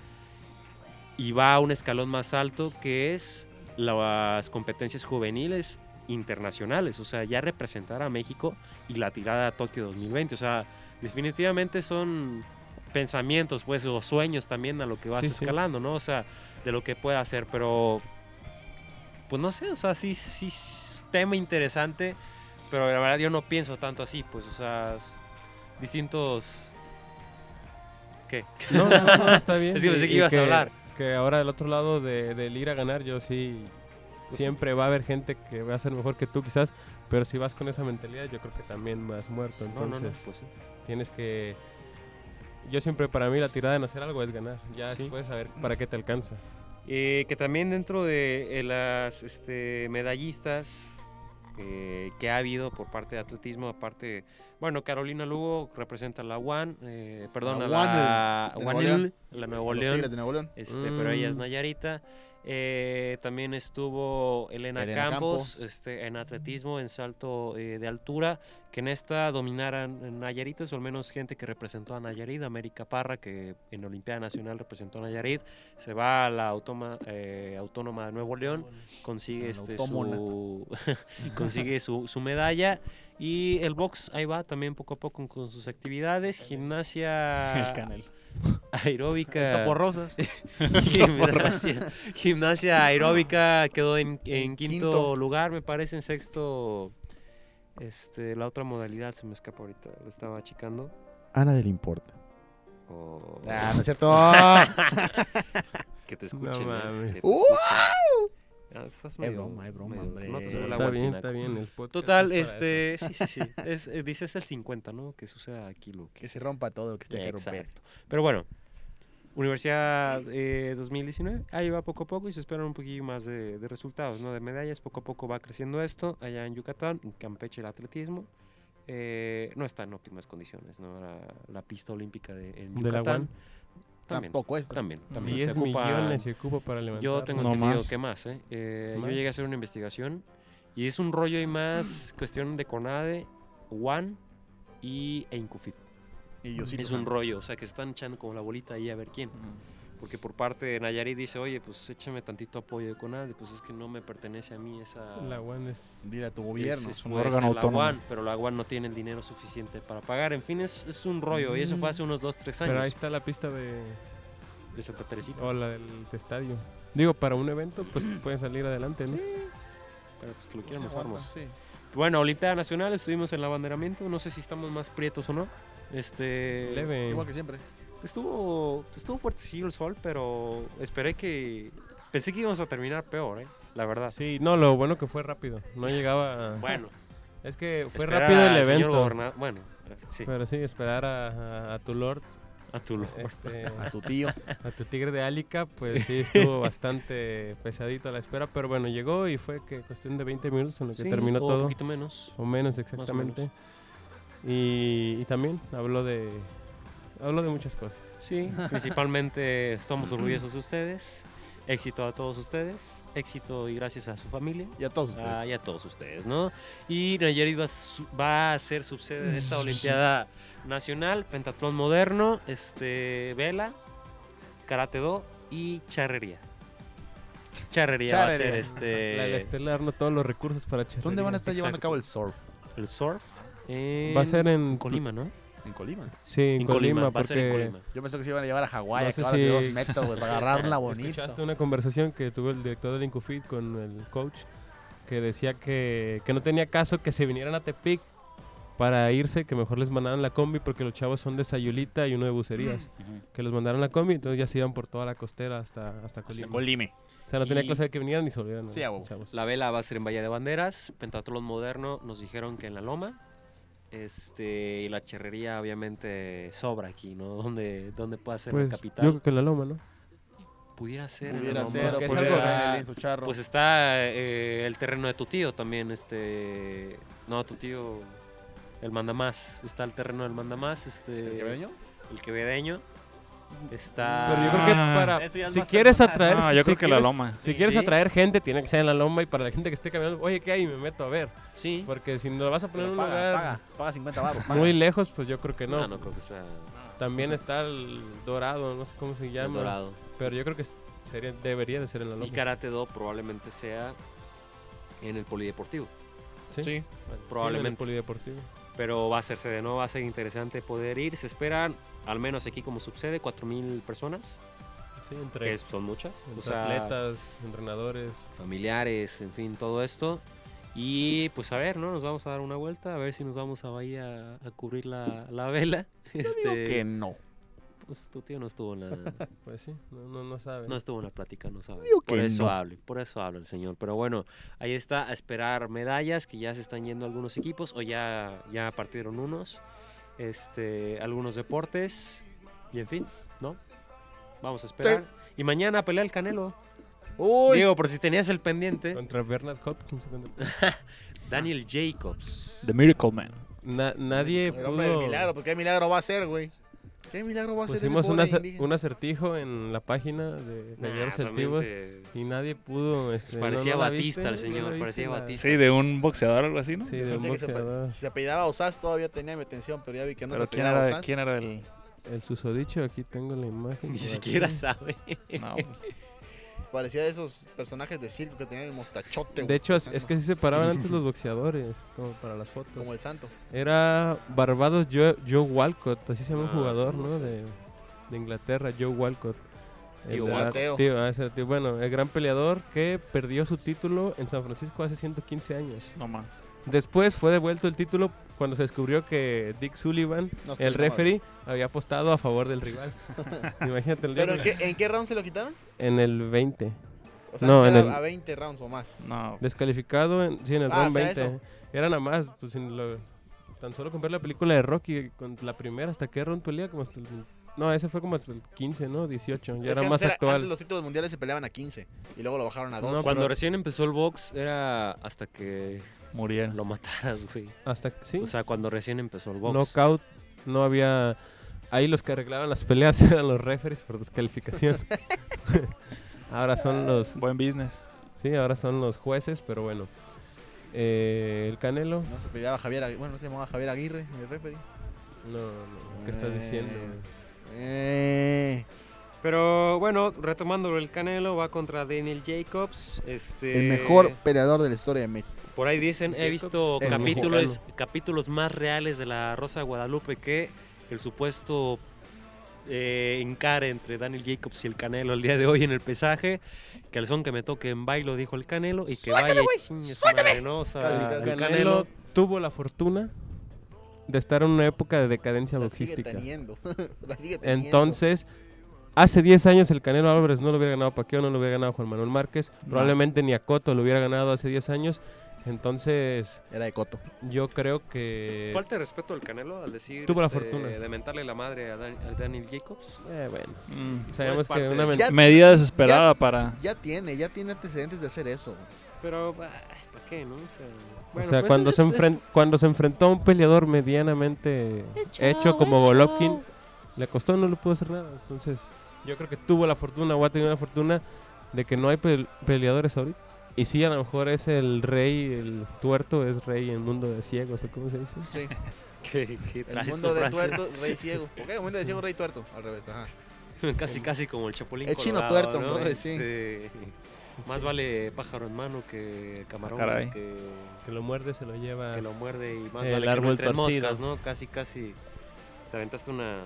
[SPEAKER 3] y va a un escalón más alto que es las competencias juveniles internacionales, o sea, ya representar a México y la tirada a Tokio 2020, o sea, definitivamente son pensamientos, pues, o sueños también a lo que vas
[SPEAKER 2] Sí, sí.
[SPEAKER 3] escalando, ¿no? O sea, de lo que pueda hacer, pero, pues no sé, o sea, sí, sí, es tema interesante, pero la verdad yo no pienso tanto así, pues, o sea, s- distintos... ¿Qué?
[SPEAKER 2] No, no, no, está bien.
[SPEAKER 3] Es que pensé
[SPEAKER 2] y-
[SPEAKER 3] que
[SPEAKER 2] y
[SPEAKER 3] ibas a hablar.
[SPEAKER 2] Que ahora del otro lado de- del ir a ganar, yo sí.
[SPEAKER 3] Pues
[SPEAKER 2] Siempre va a haber gente que va a ser mejor que tú, quizás, pero si vas con esa mentalidad, yo creo que también vas muerto.
[SPEAKER 3] No, no,
[SPEAKER 2] Entonces,
[SPEAKER 3] no, pues sí.
[SPEAKER 2] tienes que. Yo siempre, para mí, la tirada en hacer algo es ganar. Ya
[SPEAKER 3] Sí.
[SPEAKER 2] puedes saber para qué te alcanza.
[SPEAKER 3] Eh, que también dentro de eh, las este, medallistas eh, que ha habido por parte de atletismo, aparte, bueno, Carolina Lugo representa a la UAN, eh, perdón,
[SPEAKER 4] La
[SPEAKER 3] a
[SPEAKER 4] UANL,
[SPEAKER 3] la
[SPEAKER 4] de Nuevo
[SPEAKER 3] UANL, la Nuevo
[SPEAKER 4] Los
[SPEAKER 3] León,
[SPEAKER 4] Tigres de Nuevo León.
[SPEAKER 3] este, pero ella es
[SPEAKER 2] Mm.
[SPEAKER 3] Nayarita. Eh, también estuvo Elena,
[SPEAKER 4] Elena
[SPEAKER 3] Campos,
[SPEAKER 4] Campos.
[SPEAKER 3] Este, en atletismo, en salto eh, de altura, que en esta dominaran Nayaritas, o al menos gente que representó a Nayarit, América Parra, que en Olimpiada Nacional representó a Nayarit, se va a la Automa- eh, Autónoma de Nuevo León, consigue,
[SPEAKER 4] La
[SPEAKER 3] este,
[SPEAKER 4] autómona.
[SPEAKER 3] su, consigue su, su medalla. Y el box ahí va también poco a poco con sus actividades. Gimnasia
[SPEAKER 5] El canel.
[SPEAKER 3] aeróbica.
[SPEAKER 4] Por rosas.
[SPEAKER 3] Gimnasia, gimnasia aeróbica quedó en, en quinto,
[SPEAKER 4] Ah. Quinto.
[SPEAKER 3] lugar, me parece, en sexto. Este, la otra modalidad se me escapa ahorita, lo estaba achicando.
[SPEAKER 4] Ana del Importa.
[SPEAKER 3] O-
[SPEAKER 4] Ah, no es cierto. Es
[SPEAKER 3] Que te escuchen.
[SPEAKER 2] No
[SPEAKER 3] eh,
[SPEAKER 2] mames.
[SPEAKER 3] que te
[SPEAKER 4] ¡Wow!
[SPEAKER 3] escuchen. Ah, estás medio-
[SPEAKER 4] broma, es broma,
[SPEAKER 3] medio-
[SPEAKER 4] hombre.
[SPEAKER 3] no te sube la
[SPEAKER 2] Está bien,
[SPEAKER 3] guatina.
[SPEAKER 2] está bien. El podcast
[SPEAKER 3] Total,
[SPEAKER 2] es para eso.
[SPEAKER 3] este, sí, sí, sí. Es, eh, dices el 50, ¿no? Que suceda aquí lo que
[SPEAKER 4] Que se rompa todo lo que esté que romper.
[SPEAKER 3] Exacto. Pero bueno, Universidad eh, 2019, ahí va poco a poco y se esperan un poquillo más de, de resultados, ¿no? De medallas, poco a poco va creciendo esto. Allá en Yucatán, en Campeche el atletismo. eh, no está en óptimas condiciones, ¿no? La, la pista olímpica de, en
[SPEAKER 2] De la
[SPEAKER 3] Yucatán.
[SPEAKER 2] UAN.
[SPEAKER 3] También,
[SPEAKER 4] Tampoco es.
[SPEAKER 3] también, también.
[SPEAKER 2] 10
[SPEAKER 3] se ocupa-
[SPEAKER 2] millones se ocupa para levantar.
[SPEAKER 3] yo tengo
[SPEAKER 5] No
[SPEAKER 3] entendido
[SPEAKER 5] más.
[SPEAKER 3] que más, ¿eh? Eh,
[SPEAKER 2] ¿Más?
[SPEAKER 3] Yo llegué a hacer una investigación y es un rollo y más cuestión de CONADE, WAN y, e Incufit.
[SPEAKER 4] Y yo sí.
[SPEAKER 3] es un rollo, o sea, que se están echando como la bolita ahí a ver quién. Porque por parte de Nayarit dice, oye, pues échame tantito apoyo de CONADE, pues es que no me pertenece a mí esa...
[SPEAKER 2] La WAN es.
[SPEAKER 4] Dile a tu gobierno.
[SPEAKER 3] Es, es-
[SPEAKER 5] un
[SPEAKER 3] puede
[SPEAKER 5] órgano
[SPEAKER 3] ser la
[SPEAKER 5] autónomo.
[SPEAKER 3] UAN, pero la UAN no tiene el dinero suficiente para pagar. En fin, es, es un rollo. Y eso fue hace unos 2-3
[SPEAKER 2] Pero ahí
[SPEAKER 3] años
[SPEAKER 2] está la pista de.
[SPEAKER 3] de Santa Teresita.
[SPEAKER 2] O la del estadio. Digo, para un evento, pues pueden salir adelante, ¿no?
[SPEAKER 3] Pero pues que lo
[SPEAKER 4] Sí,
[SPEAKER 3] quieran
[SPEAKER 4] aguanta,
[SPEAKER 3] usarmos.
[SPEAKER 4] sí.
[SPEAKER 3] Bueno, Olimpiada Nacional, estuvimos en el abanderamiento, no sé si estamos más prietos o no. Este
[SPEAKER 2] Leve.
[SPEAKER 4] Igual que siempre.
[SPEAKER 3] estuvo estuvo fuertecillo el sol, pero esperé que pensé que íbamos a terminar peor, eh, la verdad.
[SPEAKER 2] Sí, no, lo bueno que fue rápido. No llegaba. a-
[SPEAKER 3] Bueno,
[SPEAKER 2] Es que fue
[SPEAKER 3] esperar
[SPEAKER 2] rápido el
[SPEAKER 3] al señor
[SPEAKER 2] evento.
[SPEAKER 3] goberna- bueno, eh, sí,
[SPEAKER 2] Pero sí, esperar a, a- a tu Lord,
[SPEAKER 3] a tu lo-
[SPEAKER 2] este,
[SPEAKER 4] A tu tío.
[SPEAKER 2] a tu Tigre de Álica, pues sí, estuvo bastante pesadito a la espera. Pero bueno, llegó y fue que cuestión de 20 minutos en lo que
[SPEAKER 3] Sí,
[SPEAKER 2] terminó
[SPEAKER 3] o un
[SPEAKER 2] todo.
[SPEAKER 3] poquito menos.
[SPEAKER 2] O menos exactamente. Y, y también habló de habló de muchas cosas.
[SPEAKER 3] Sí, principalmente estamos orgullosos de ustedes. Éxito a todos ustedes, éxito y gracias a su familia.
[SPEAKER 4] Y a todos
[SPEAKER 3] Ah, y
[SPEAKER 4] ustedes.
[SPEAKER 3] a todos ustedes, ¿no? Y Nayarit va, a su- va a ser subsede de esta Olimpiada Nacional, Pentatlón Moderno, este, Vela, Karate Do y Charrería. Charrería, va a ser
[SPEAKER 4] Charrería.
[SPEAKER 3] este,
[SPEAKER 2] La, la estelar no todos los recursos para charrería.
[SPEAKER 4] ¿Dónde van a estar
[SPEAKER 3] Exacto.
[SPEAKER 4] llevando a cabo el surf?
[SPEAKER 3] el surf.
[SPEAKER 2] Va a ser en
[SPEAKER 3] Colima, ¿no?
[SPEAKER 4] En Colima.
[SPEAKER 2] Sí, en, Colima,
[SPEAKER 3] va a ser en
[SPEAKER 2] porque
[SPEAKER 3] Colima.
[SPEAKER 4] Yo pensé que se iban a llevar a Hawái,
[SPEAKER 2] No
[SPEAKER 4] a
[SPEAKER 2] sé
[SPEAKER 4] clavarse de
[SPEAKER 2] si-
[SPEAKER 4] dos metros, güey, para agarrarla bonita.
[SPEAKER 2] Escuchaste una conversación que tuvo el director del Incufit con el coach que decía que, que no tenía caso que se vinieran a Tepic para irse, que mejor les mandaran la combi porque los chavos son de Sayulita y uno de Bucerías. Que los mandaran la combi, entonces ya se iban por toda la costera hasta, hasta Colima.
[SPEAKER 4] Colime.
[SPEAKER 2] O sea, no tenía
[SPEAKER 3] Y-
[SPEAKER 2] cosa de que vinieran ni se olvidaran.
[SPEAKER 4] Sí, a huevo.
[SPEAKER 2] chavos.
[SPEAKER 3] La vela va a ser en Valle de Banderas, Pentatlón Moderno nos dijeron que en la Loma. Este, y la charrería obviamente sobra aquí, ¿no? Donde, donde pueda ser
[SPEAKER 2] Pues,
[SPEAKER 3] la
[SPEAKER 2] yo
[SPEAKER 3] capital.
[SPEAKER 2] creo que la loma, ¿no?
[SPEAKER 3] Pudiera ser. en
[SPEAKER 4] Pudiera
[SPEAKER 3] Alhambra,
[SPEAKER 4] ser, o
[SPEAKER 2] que
[SPEAKER 4] pues
[SPEAKER 2] sea
[SPEAKER 4] algo
[SPEAKER 2] algo
[SPEAKER 3] está-
[SPEAKER 4] en su charro.
[SPEAKER 3] Pues está eh, el terreno de tu tío también, este... No, tu tío, el mandamás. Está el terreno del mandamás, este...
[SPEAKER 4] ¿El quevedeño?
[SPEAKER 3] El quevedeño. Está...
[SPEAKER 2] Pero yo creo que
[SPEAKER 5] Ah.
[SPEAKER 2] para.
[SPEAKER 4] Eso ya es
[SPEAKER 2] Si
[SPEAKER 4] más
[SPEAKER 2] quieres
[SPEAKER 4] personal.
[SPEAKER 2] atraer.
[SPEAKER 5] No, Ah, yo
[SPEAKER 2] si
[SPEAKER 5] creo que la
[SPEAKER 2] quieres-
[SPEAKER 5] loma.
[SPEAKER 2] Si quieres
[SPEAKER 3] Sí.
[SPEAKER 2] atraer gente, tiene que ser en la loma y para la gente que esté caminando, oye, ¿qué hay? Me meto a ver.
[SPEAKER 3] Sí.
[SPEAKER 2] Porque si no lo vas a poner en
[SPEAKER 4] Pero
[SPEAKER 2] un
[SPEAKER 4] paga,
[SPEAKER 2] lugar
[SPEAKER 4] paga, paga 50 baros. paga.
[SPEAKER 2] muy lejos, pues yo creo que no.
[SPEAKER 3] Ah,
[SPEAKER 2] Ah,
[SPEAKER 3] No, no creo que sea
[SPEAKER 2] También está el dorado, no sé cómo se
[SPEAKER 3] el
[SPEAKER 2] llama.
[SPEAKER 3] dorado.
[SPEAKER 2] Pero yo creo que sería, debería de ser en la
[SPEAKER 3] Y
[SPEAKER 2] loma.
[SPEAKER 3] Karate Do probablemente sea en el polideportivo.
[SPEAKER 2] Sí. Sí, en el
[SPEAKER 3] probablemente.
[SPEAKER 2] polideportivo.
[SPEAKER 3] Pero va a hacerse de nuevo, va a ser interesante poder ir. Se esperan, al menos aquí como sucede, 4.000 personas,
[SPEAKER 2] Sí, entre,
[SPEAKER 3] que es- son muchas.
[SPEAKER 2] entre
[SPEAKER 3] O sea,
[SPEAKER 2] atletas, entrenadores.
[SPEAKER 3] familiares, en fin, todo esto. Y pues a ver, ¿no? Nos vamos a dar una vuelta, a ver si nos vamos a Bahía a cubrir la, la vela.
[SPEAKER 4] Digo
[SPEAKER 3] Este,
[SPEAKER 4] que no.
[SPEAKER 3] pues, tu tío no estuvo en la,
[SPEAKER 2] Pues sí, no, no, no saben.
[SPEAKER 3] no estuvo en la plática, no sabe.
[SPEAKER 4] Obvio
[SPEAKER 3] Por
[SPEAKER 4] que
[SPEAKER 3] eso
[SPEAKER 4] no.
[SPEAKER 3] hable, por eso habla el señor. Pero bueno, ahí está a esperar medallas, que ya se están yendo algunos equipos, o ya, ya partieron unos, este, algunos deportes, y en fin, ¿no? Vamos a esperar. Y mañana pelea el Canelo.
[SPEAKER 4] Uy,
[SPEAKER 3] Digo, por si tenías el pendiente,
[SPEAKER 2] Contra Bernard Hopkins. contra-
[SPEAKER 3] Daniel Jacobs.
[SPEAKER 5] The Miracle Man.
[SPEAKER 2] Na- nadie
[SPEAKER 4] el hombre del
[SPEAKER 2] pudo...
[SPEAKER 4] milagro, pues qué milagro va a ser, güey. ¿Qué milagro va a ser ese
[SPEAKER 2] Pusimos un,
[SPEAKER 4] pobre
[SPEAKER 2] ace-
[SPEAKER 4] indígena?
[SPEAKER 2] un acertijo en la página de
[SPEAKER 3] Nah,
[SPEAKER 2] Galleros Celtivos
[SPEAKER 3] realmente,
[SPEAKER 2] y nadie pudo. este, no-
[SPEAKER 3] Pues parecía
[SPEAKER 2] no la
[SPEAKER 3] Batista
[SPEAKER 2] viste,
[SPEAKER 3] el
[SPEAKER 2] no
[SPEAKER 3] señor,
[SPEAKER 2] la viste
[SPEAKER 3] parecía
[SPEAKER 2] la-
[SPEAKER 3] Batista.
[SPEAKER 5] Sí, de un boxeador o algo así, ¿no?
[SPEAKER 2] Sí,
[SPEAKER 4] Yo
[SPEAKER 2] de un
[SPEAKER 4] sentía que se pe-
[SPEAKER 2] boxeador.
[SPEAKER 4] si se apellidaba Osas todavía tenía mi atención, pero ya vi que no se
[SPEAKER 5] Pero ¿quién
[SPEAKER 4] apellidaba
[SPEAKER 5] era,
[SPEAKER 4] Osas.
[SPEAKER 5] ¿quién era el...?
[SPEAKER 2] El susodicho, aquí tengo la imagen.
[SPEAKER 3] Ni
[SPEAKER 2] por
[SPEAKER 3] siquiera
[SPEAKER 2] aquí.
[SPEAKER 3] sabe.
[SPEAKER 5] No,
[SPEAKER 4] Parecía de esos personajes de circo que tenían el mostachote,
[SPEAKER 2] De
[SPEAKER 4] güey,
[SPEAKER 2] hecho, es, es
[SPEAKER 4] pensando,
[SPEAKER 2] que así se paraban antes los boxeadores, como para las fotos.
[SPEAKER 4] Como el santo.
[SPEAKER 2] Era Barbados Joe, Joe Walcott, así se llama
[SPEAKER 3] Ah,
[SPEAKER 2] un jugador,
[SPEAKER 3] no
[SPEAKER 2] ¿no?
[SPEAKER 3] sé.
[SPEAKER 2] De, de Inglaterra, Joe Walcott.
[SPEAKER 4] Tío
[SPEAKER 2] El- ah,
[SPEAKER 4] Mateo.
[SPEAKER 2] tío, ah, ese tío, bueno, el gran peleador que perdió su título en San Francisco hace 115 años.
[SPEAKER 5] No más.
[SPEAKER 2] Después fue devuelto el título cuando se descubrió que Dick Sullivan,
[SPEAKER 4] No estoy
[SPEAKER 2] el
[SPEAKER 4] enojado.
[SPEAKER 2] referee, había apostado a favor del rival. Imagínate el día
[SPEAKER 4] ¿Pero en
[SPEAKER 2] que-
[SPEAKER 4] qué, en qué round se lo quitaron?
[SPEAKER 2] en el 20.
[SPEAKER 4] O sea,
[SPEAKER 2] No,
[SPEAKER 4] antes
[SPEAKER 2] en
[SPEAKER 4] era
[SPEAKER 2] el-
[SPEAKER 4] a 20 rounds o más.
[SPEAKER 5] No.
[SPEAKER 2] Descalificado en, sí, en el
[SPEAKER 4] Ah,
[SPEAKER 2] round
[SPEAKER 4] o sea,
[SPEAKER 2] 20.
[SPEAKER 4] eso.
[SPEAKER 2] Era nada más. pues, sin lo- tan solo con ver la película de Rocky, con la primera, ¿hasta qué round pelea? Como hasta el- no, ese fue como hasta el 15, ¿no? 18. Ya
[SPEAKER 4] Es que
[SPEAKER 2] era
[SPEAKER 4] antes
[SPEAKER 2] más
[SPEAKER 4] era-
[SPEAKER 2] actual.
[SPEAKER 4] Antes los títulos mundiales se peleaban a 15 y luego lo bajaron a 12.
[SPEAKER 2] No,
[SPEAKER 3] Cuando
[SPEAKER 2] pero-
[SPEAKER 3] recién empezó el box era hasta que
[SPEAKER 5] Murieron.
[SPEAKER 3] lo mataras, güey.
[SPEAKER 2] Hasta sí.
[SPEAKER 3] O sea, cuando recién empezó el Pues, box.
[SPEAKER 2] Knockout. No había. Ahí los que arreglaban las peleas eran los referees por descalificación. ahora
[SPEAKER 4] Ah.
[SPEAKER 2] son los.
[SPEAKER 5] Buen business.
[SPEAKER 2] Sí, ahora son los jueces, pero bueno. Eh, el Canelo.
[SPEAKER 4] No se peleaba Javier Aguirre. Bueno, no se llamaba Javier Aguirre, el referee.
[SPEAKER 2] No, no. ¿Qué estás diciendo?
[SPEAKER 4] Eh. Eh,
[SPEAKER 3] Pero bueno, retomando el Canelo, va contra Daniel Jacobs. Este,
[SPEAKER 4] el mejor peleador de la historia de México.
[SPEAKER 3] Por ahí dicen, he visto
[SPEAKER 2] El
[SPEAKER 3] capítulos, capítulos más reales de la Rosa de Guadalupe que el supuesto eh, encare entre Daniel Jacobs y el Canelo el día de hoy en el pesaje. Calzón que me toque en bailo, dijo el Canelo, y que vaya y chingue su madre, ¿no? O sea,
[SPEAKER 4] Casi,
[SPEAKER 3] el
[SPEAKER 4] casi.
[SPEAKER 2] Canelo,
[SPEAKER 3] Canelo
[SPEAKER 2] tuvo la fortuna de estar en una época de decadencia
[SPEAKER 4] La sigue
[SPEAKER 2] boxística.
[SPEAKER 4] teniendo. La sigue teniendo.
[SPEAKER 2] Entonces, hace 10 años el Canelo Álvarez no lo hubiera ganado a Pacquiao, no lo hubiera ganado a Juan Manuel Márquez, probablemente ni a Cotto lo hubiera ganado hace 10 años. Entonces,
[SPEAKER 4] Era de Coto.
[SPEAKER 2] yo creo que...
[SPEAKER 3] Falta de respeto al Canelo al decir
[SPEAKER 2] Tuvo la
[SPEAKER 3] este,
[SPEAKER 2] fortuna.
[SPEAKER 3] de mentarle la madre a, Dan- a Daniel Jacobs.
[SPEAKER 2] eh, bueno,
[SPEAKER 5] Mm.
[SPEAKER 2] sabemos
[SPEAKER 3] parte
[SPEAKER 2] que
[SPEAKER 3] de-
[SPEAKER 2] una men-
[SPEAKER 4] Ya-
[SPEAKER 5] Medida desesperada para.
[SPEAKER 4] Ya tiene, ya tiene antecedentes de hacer eso.
[SPEAKER 3] Pero, bah, ¿para qué, no? O sea,
[SPEAKER 2] O
[SPEAKER 3] bueno,
[SPEAKER 2] sea,
[SPEAKER 3] pues
[SPEAKER 2] cuando,
[SPEAKER 3] es-
[SPEAKER 2] se
[SPEAKER 3] es-
[SPEAKER 2] enfren- cuando se enfrentó a un peleador medianamente hecho como Golovkin, le costó, no le pudo hacer nada. Entonces, yo creo que tuvo la fortuna o ha tenido la fortuna de que no hay pel- peleadores ahorita. Y sí, a lo mejor es el rey, el tuerto es rey en el mundo de ciegos, o cómo se dice.
[SPEAKER 4] Sí.
[SPEAKER 3] ¿Qué- qué
[SPEAKER 4] El
[SPEAKER 3] traes tu
[SPEAKER 4] mundo de
[SPEAKER 3] frase?
[SPEAKER 4] tuerto, rey ciego. ¿Por qué? El mundo de ciego, rey tuerto. Al revés, ajá.
[SPEAKER 3] Casi, casi como el chapulín
[SPEAKER 4] El chino
[SPEAKER 3] colorado,
[SPEAKER 4] tuerto,
[SPEAKER 3] ¿no?
[SPEAKER 4] hombre, sí.
[SPEAKER 3] Este, Más vale pájaro en mano que camarón
[SPEAKER 5] Ah, caray.
[SPEAKER 3] que,
[SPEAKER 2] Que lo muerde, se lo lleva.
[SPEAKER 3] que lo muerde y más
[SPEAKER 2] El
[SPEAKER 3] vale
[SPEAKER 2] árbol
[SPEAKER 3] que no entren
[SPEAKER 2] torcido.
[SPEAKER 3] moscas, ¿no? Casi, casi te aventaste una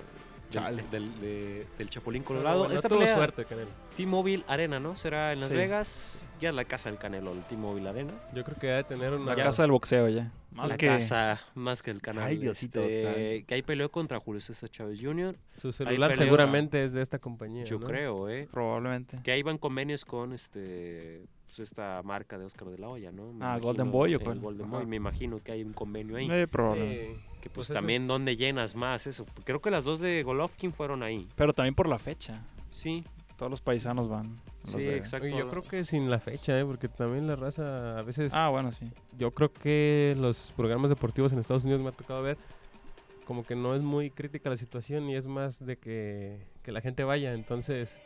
[SPEAKER 4] Chale.
[SPEAKER 3] del, del- de- del chapulín
[SPEAKER 2] Pero
[SPEAKER 3] colorado.
[SPEAKER 2] bueno,
[SPEAKER 3] Esta
[SPEAKER 2] tuvo
[SPEAKER 3] pelea,
[SPEAKER 2] suerte, Canelo.
[SPEAKER 3] T-Mobile Arena, ¿no? Será en Las
[SPEAKER 2] Sí.
[SPEAKER 3] Vegas. Ya la casa del Canelo, el T-Mobile Arena.
[SPEAKER 2] Yo creo que ha de tener una.
[SPEAKER 5] La casa del boxeo ya. Más
[SPEAKER 3] la
[SPEAKER 5] que.
[SPEAKER 3] casa, más que el canal. este,
[SPEAKER 4] Ay, Diosito santo.
[SPEAKER 3] que ahí peleó contra Julio César Chávez Jr.
[SPEAKER 2] Su celular
[SPEAKER 3] peleó,
[SPEAKER 2] seguramente es de esta compañía.
[SPEAKER 3] Yo
[SPEAKER 2] ¿no?
[SPEAKER 3] creo, ¿eh?
[SPEAKER 5] Probablemente.
[SPEAKER 3] Que ahí van convenios con este pues, esta marca de Oscar de la Hoya, ¿no? Me
[SPEAKER 5] Ah, Golden Boy, ¿o
[SPEAKER 3] el
[SPEAKER 5] cuál?
[SPEAKER 3] Golden
[SPEAKER 4] Ajá.
[SPEAKER 3] Boy, me imagino que hay un convenio ahí.
[SPEAKER 5] Eh, probablemente.
[SPEAKER 2] Sí.
[SPEAKER 3] que
[SPEAKER 2] pues
[SPEAKER 3] pues,
[SPEAKER 2] eso
[SPEAKER 3] también
[SPEAKER 2] es-
[SPEAKER 3] dónde llenas más eso. Creo que las dos de Golovkin fueron ahí.
[SPEAKER 5] Pero también por la fecha.
[SPEAKER 3] Sí,
[SPEAKER 5] Todos los paisanos van. a Las
[SPEAKER 3] sí,
[SPEAKER 5] Vegas.
[SPEAKER 3] exacto.
[SPEAKER 2] Y yo creo que sin la fecha, ¿eh? porque también la raza a veces
[SPEAKER 5] Ah, bueno, sí.
[SPEAKER 2] yo creo que los programas deportivos en Estados Unidos me ha tocado ver como que no es muy crítica la situación y es más de que, que la gente vaya. Entonces,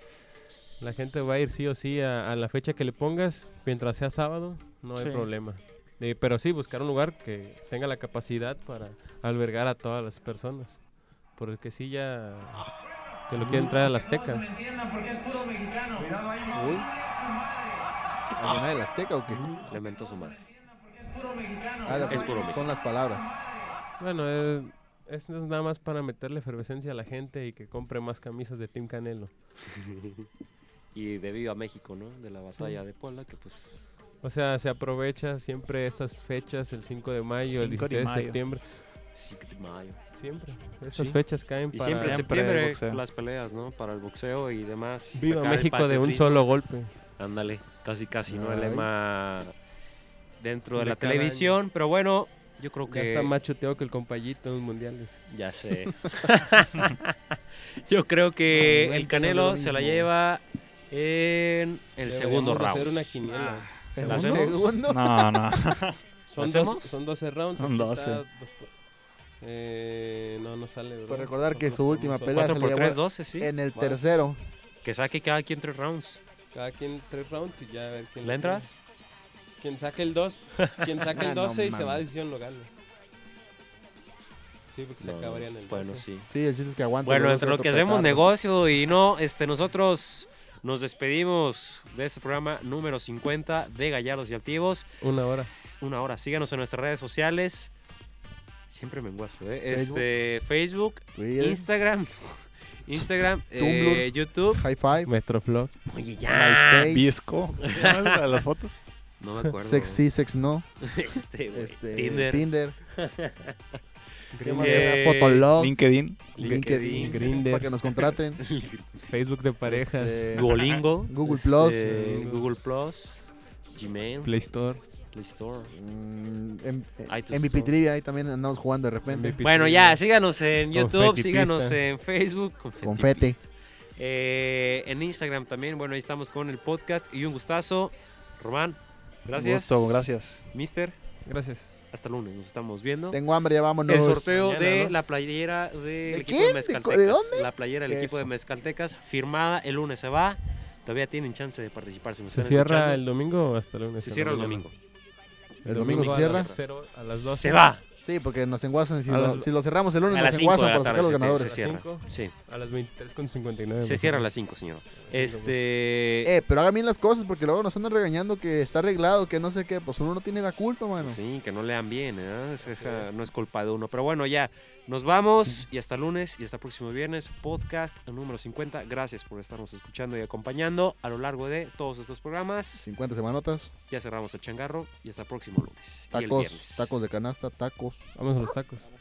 [SPEAKER 2] la gente va a ir sí o sí a, a la fecha que le pongas, mientras sea sábado, no
[SPEAKER 5] Sí.
[SPEAKER 2] hay problema. Eh, pero sí, buscar un lugar que tenga la capacidad para albergar a todas las personas. Porque sí ya que lo quieren entrar a la Azteca.
[SPEAKER 4] Uy. ¿Alguna del Azteca o qué?
[SPEAKER 3] Le mentó su madre.
[SPEAKER 4] Ah, de-
[SPEAKER 3] Es puro mexicano.
[SPEAKER 4] son las palabras.
[SPEAKER 2] Bueno, eh, es, es nada más para meterle efervescencia a la gente y que compre más camisas de Team Canelo.
[SPEAKER 3] y de Viva México, ¿no? De la batalla de Puebla, que pues
[SPEAKER 2] O sea, se aprovecha siempre estas fechas, el 5 de mayo, el
[SPEAKER 5] 5
[SPEAKER 2] 16
[SPEAKER 5] de
[SPEAKER 2] de
[SPEAKER 5] mayo.
[SPEAKER 2] septiembre.
[SPEAKER 3] sí que te mayo.
[SPEAKER 2] Siempre. Estas
[SPEAKER 3] Sí.
[SPEAKER 2] fechas caen
[SPEAKER 3] Y
[SPEAKER 2] para
[SPEAKER 3] siempre en
[SPEAKER 5] Siempre el
[SPEAKER 3] septiembre
[SPEAKER 5] boxeo.
[SPEAKER 3] las peleas, ¿no? Para el boxeo y demás.
[SPEAKER 2] Viva
[SPEAKER 3] Sacar el
[SPEAKER 2] México de un
[SPEAKER 3] patriotismo.
[SPEAKER 2] solo golpe.
[SPEAKER 3] Ándale, casi casi, ¿no? El
[SPEAKER 4] Ay.
[SPEAKER 3] lema dentro de,
[SPEAKER 2] De
[SPEAKER 3] la
[SPEAKER 2] cada
[SPEAKER 3] televisión, pero bueno, yo creo que...
[SPEAKER 2] Ya está más chuteado que el compayito en los mundiales.
[SPEAKER 3] Ya sé. yo creo que
[SPEAKER 4] Güey,
[SPEAKER 3] el Canelo
[SPEAKER 4] pienso lo
[SPEAKER 3] se la
[SPEAKER 4] mismo.
[SPEAKER 3] lleva en el segundo
[SPEAKER 2] Deberíamos
[SPEAKER 3] round. Ah.
[SPEAKER 2] hacer una quiniela.
[SPEAKER 3] ¿Se
[SPEAKER 4] ¿Segundo?
[SPEAKER 3] las vemos?
[SPEAKER 4] ¿Segundo?
[SPEAKER 5] No, no.
[SPEAKER 2] Son,
[SPEAKER 3] ¿Hacemos?
[SPEAKER 2] dos, son 12 rounds.
[SPEAKER 5] Son
[SPEAKER 2] aquí
[SPEAKER 5] 12.
[SPEAKER 2] está dos por- eh, no, no sale. ¿verdad?
[SPEAKER 4] Pues recordar que
[SPEAKER 2] Nosotros
[SPEAKER 4] su última
[SPEAKER 2] podemos-
[SPEAKER 4] pelea
[SPEAKER 3] 4
[SPEAKER 4] se
[SPEAKER 3] por
[SPEAKER 4] le
[SPEAKER 3] 3,
[SPEAKER 4] llevó
[SPEAKER 3] 12, sí.
[SPEAKER 4] en el
[SPEAKER 2] Va.
[SPEAKER 4] tercero.
[SPEAKER 3] Que saque cada quien tres rounds.
[SPEAKER 2] Cada quien tres rounds y ya a ver quién.
[SPEAKER 3] ¿Le entras?
[SPEAKER 2] Quien saque el 2, quien saque
[SPEAKER 4] Ah,
[SPEAKER 2] el
[SPEAKER 4] no
[SPEAKER 2] 12 y se va a
[SPEAKER 4] mames.
[SPEAKER 2] decisión no gana. Sí, porque se
[SPEAKER 3] No,
[SPEAKER 2] acabarían el 12.
[SPEAKER 3] Bueno, sí.
[SPEAKER 4] Sí, el chiste es que aguanta.
[SPEAKER 3] Bueno,
[SPEAKER 4] los
[SPEAKER 3] entre
[SPEAKER 4] dos
[SPEAKER 3] lo que
[SPEAKER 4] otro
[SPEAKER 3] hacemos
[SPEAKER 4] petardo.
[SPEAKER 3] negocio y no, este, nosotros nos despedimos de este programa número 50 de Gallardos y Altivos.
[SPEAKER 2] Una hora.
[SPEAKER 3] S- Una hora. Síganos en nuestras redes sociales. Siempre me enguazo, ¿eh? Este, Facebook,
[SPEAKER 4] Twitter,
[SPEAKER 3] Instagram Instagram,
[SPEAKER 4] Tumblr.
[SPEAKER 3] eh, YouTube.
[SPEAKER 4] High Five,
[SPEAKER 2] Metroflog.
[SPEAKER 3] Oye, ya.
[SPEAKER 4] MySpace,
[SPEAKER 5] Visco. ¿A las fotos?
[SPEAKER 3] No me acuerdo.
[SPEAKER 4] Sex sí, Sex No,
[SPEAKER 3] Este, güey,
[SPEAKER 4] este,
[SPEAKER 3] Tinder.
[SPEAKER 4] Tinder. ¿Qué más
[SPEAKER 3] Eh,
[SPEAKER 4] era? Fotolog,
[SPEAKER 5] LinkedIn.
[SPEAKER 4] LinkedIn,
[SPEAKER 2] Grindr.
[SPEAKER 4] para que nos contraten.
[SPEAKER 2] Facebook de parejas.
[SPEAKER 4] Este,
[SPEAKER 3] Duolingo.
[SPEAKER 4] Google Plus.
[SPEAKER 3] este, Google Plus. Gmail. Play,
[SPEAKER 2] Play Store.
[SPEAKER 3] Store.
[SPEAKER 4] mm, M-
[SPEAKER 3] iTunes
[SPEAKER 4] MVP
[SPEAKER 3] Store.
[SPEAKER 4] Trivia, ahí también andamos jugando de repente.
[SPEAKER 3] Bueno, ya, síganos en YouTube,
[SPEAKER 2] Confetipista.
[SPEAKER 3] síganos en Facebook.
[SPEAKER 4] Confete.
[SPEAKER 3] confetipista. Eh, en Instagram también. Bueno, ahí estamos con el podcast y un gustazo. Román, gracias.
[SPEAKER 5] Un gusto, gracias.
[SPEAKER 3] Mister,
[SPEAKER 2] Gracias.
[SPEAKER 3] hasta lunes, nos estamos viendo.
[SPEAKER 4] Tengo hambre, ya vámonos.
[SPEAKER 3] el sorteo
[SPEAKER 2] Mañana,
[SPEAKER 3] de
[SPEAKER 2] ¿no?
[SPEAKER 3] la playera del equipo
[SPEAKER 4] quién? ¿De co-
[SPEAKER 3] de Mezcaltecas.
[SPEAKER 4] de dónde?
[SPEAKER 3] La playera del equipo de
[SPEAKER 4] Eso.
[SPEAKER 3] Mezcaltecas, firmada el lunes se va. Todavía tienen chance de participar si nos
[SPEAKER 2] ¿Se
[SPEAKER 3] están
[SPEAKER 2] cierra
[SPEAKER 3] escuchando.
[SPEAKER 2] el domingo o hasta el lunes?
[SPEAKER 3] Se cierra el domingo.
[SPEAKER 4] El domingo se
[SPEAKER 2] a
[SPEAKER 4] cierra.
[SPEAKER 2] las cero- a las 12.
[SPEAKER 3] Se va.
[SPEAKER 4] Sí, porque nos enguasan. Si,
[SPEAKER 2] A
[SPEAKER 4] lo,
[SPEAKER 2] las-
[SPEAKER 4] si lo cerramos el lunes,
[SPEAKER 3] a
[SPEAKER 4] nos
[SPEAKER 3] las 5 de
[SPEAKER 4] enguasan
[SPEAKER 3] la
[SPEAKER 4] para sacar
[SPEAKER 3] tarde
[SPEAKER 4] los
[SPEAKER 3] se, se
[SPEAKER 4] ganadores.
[SPEAKER 3] cierra.
[SPEAKER 2] ¿Cinco? pues
[SPEAKER 3] Sí,
[SPEAKER 2] A las 23.59.
[SPEAKER 3] se cierra a las 5, señor. Este.
[SPEAKER 4] Eh, pero hagan bien las cosas porque luego nos andan regañando que está arreglado, que no sé qué. Pues uno no tiene la culpa, mano.
[SPEAKER 3] Sí, que no lean bien, ¿eh? Es- esa no es culpa de uno. Pero bueno, ya, nos vamos y hasta lunes y hasta el próximo viernes, podcast número 50. Gracias por estarnos escuchando y acompañando a lo largo de todos estos programas.
[SPEAKER 4] 50 semanotas,
[SPEAKER 3] Ya cerramos el changarro y hasta el próximo lunes. y el
[SPEAKER 4] tacos,
[SPEAKER 3] viernes.
[SPEAKER 4] tacos de canasta, tacos.
[SPEAKER 2] Vamos a los tacos.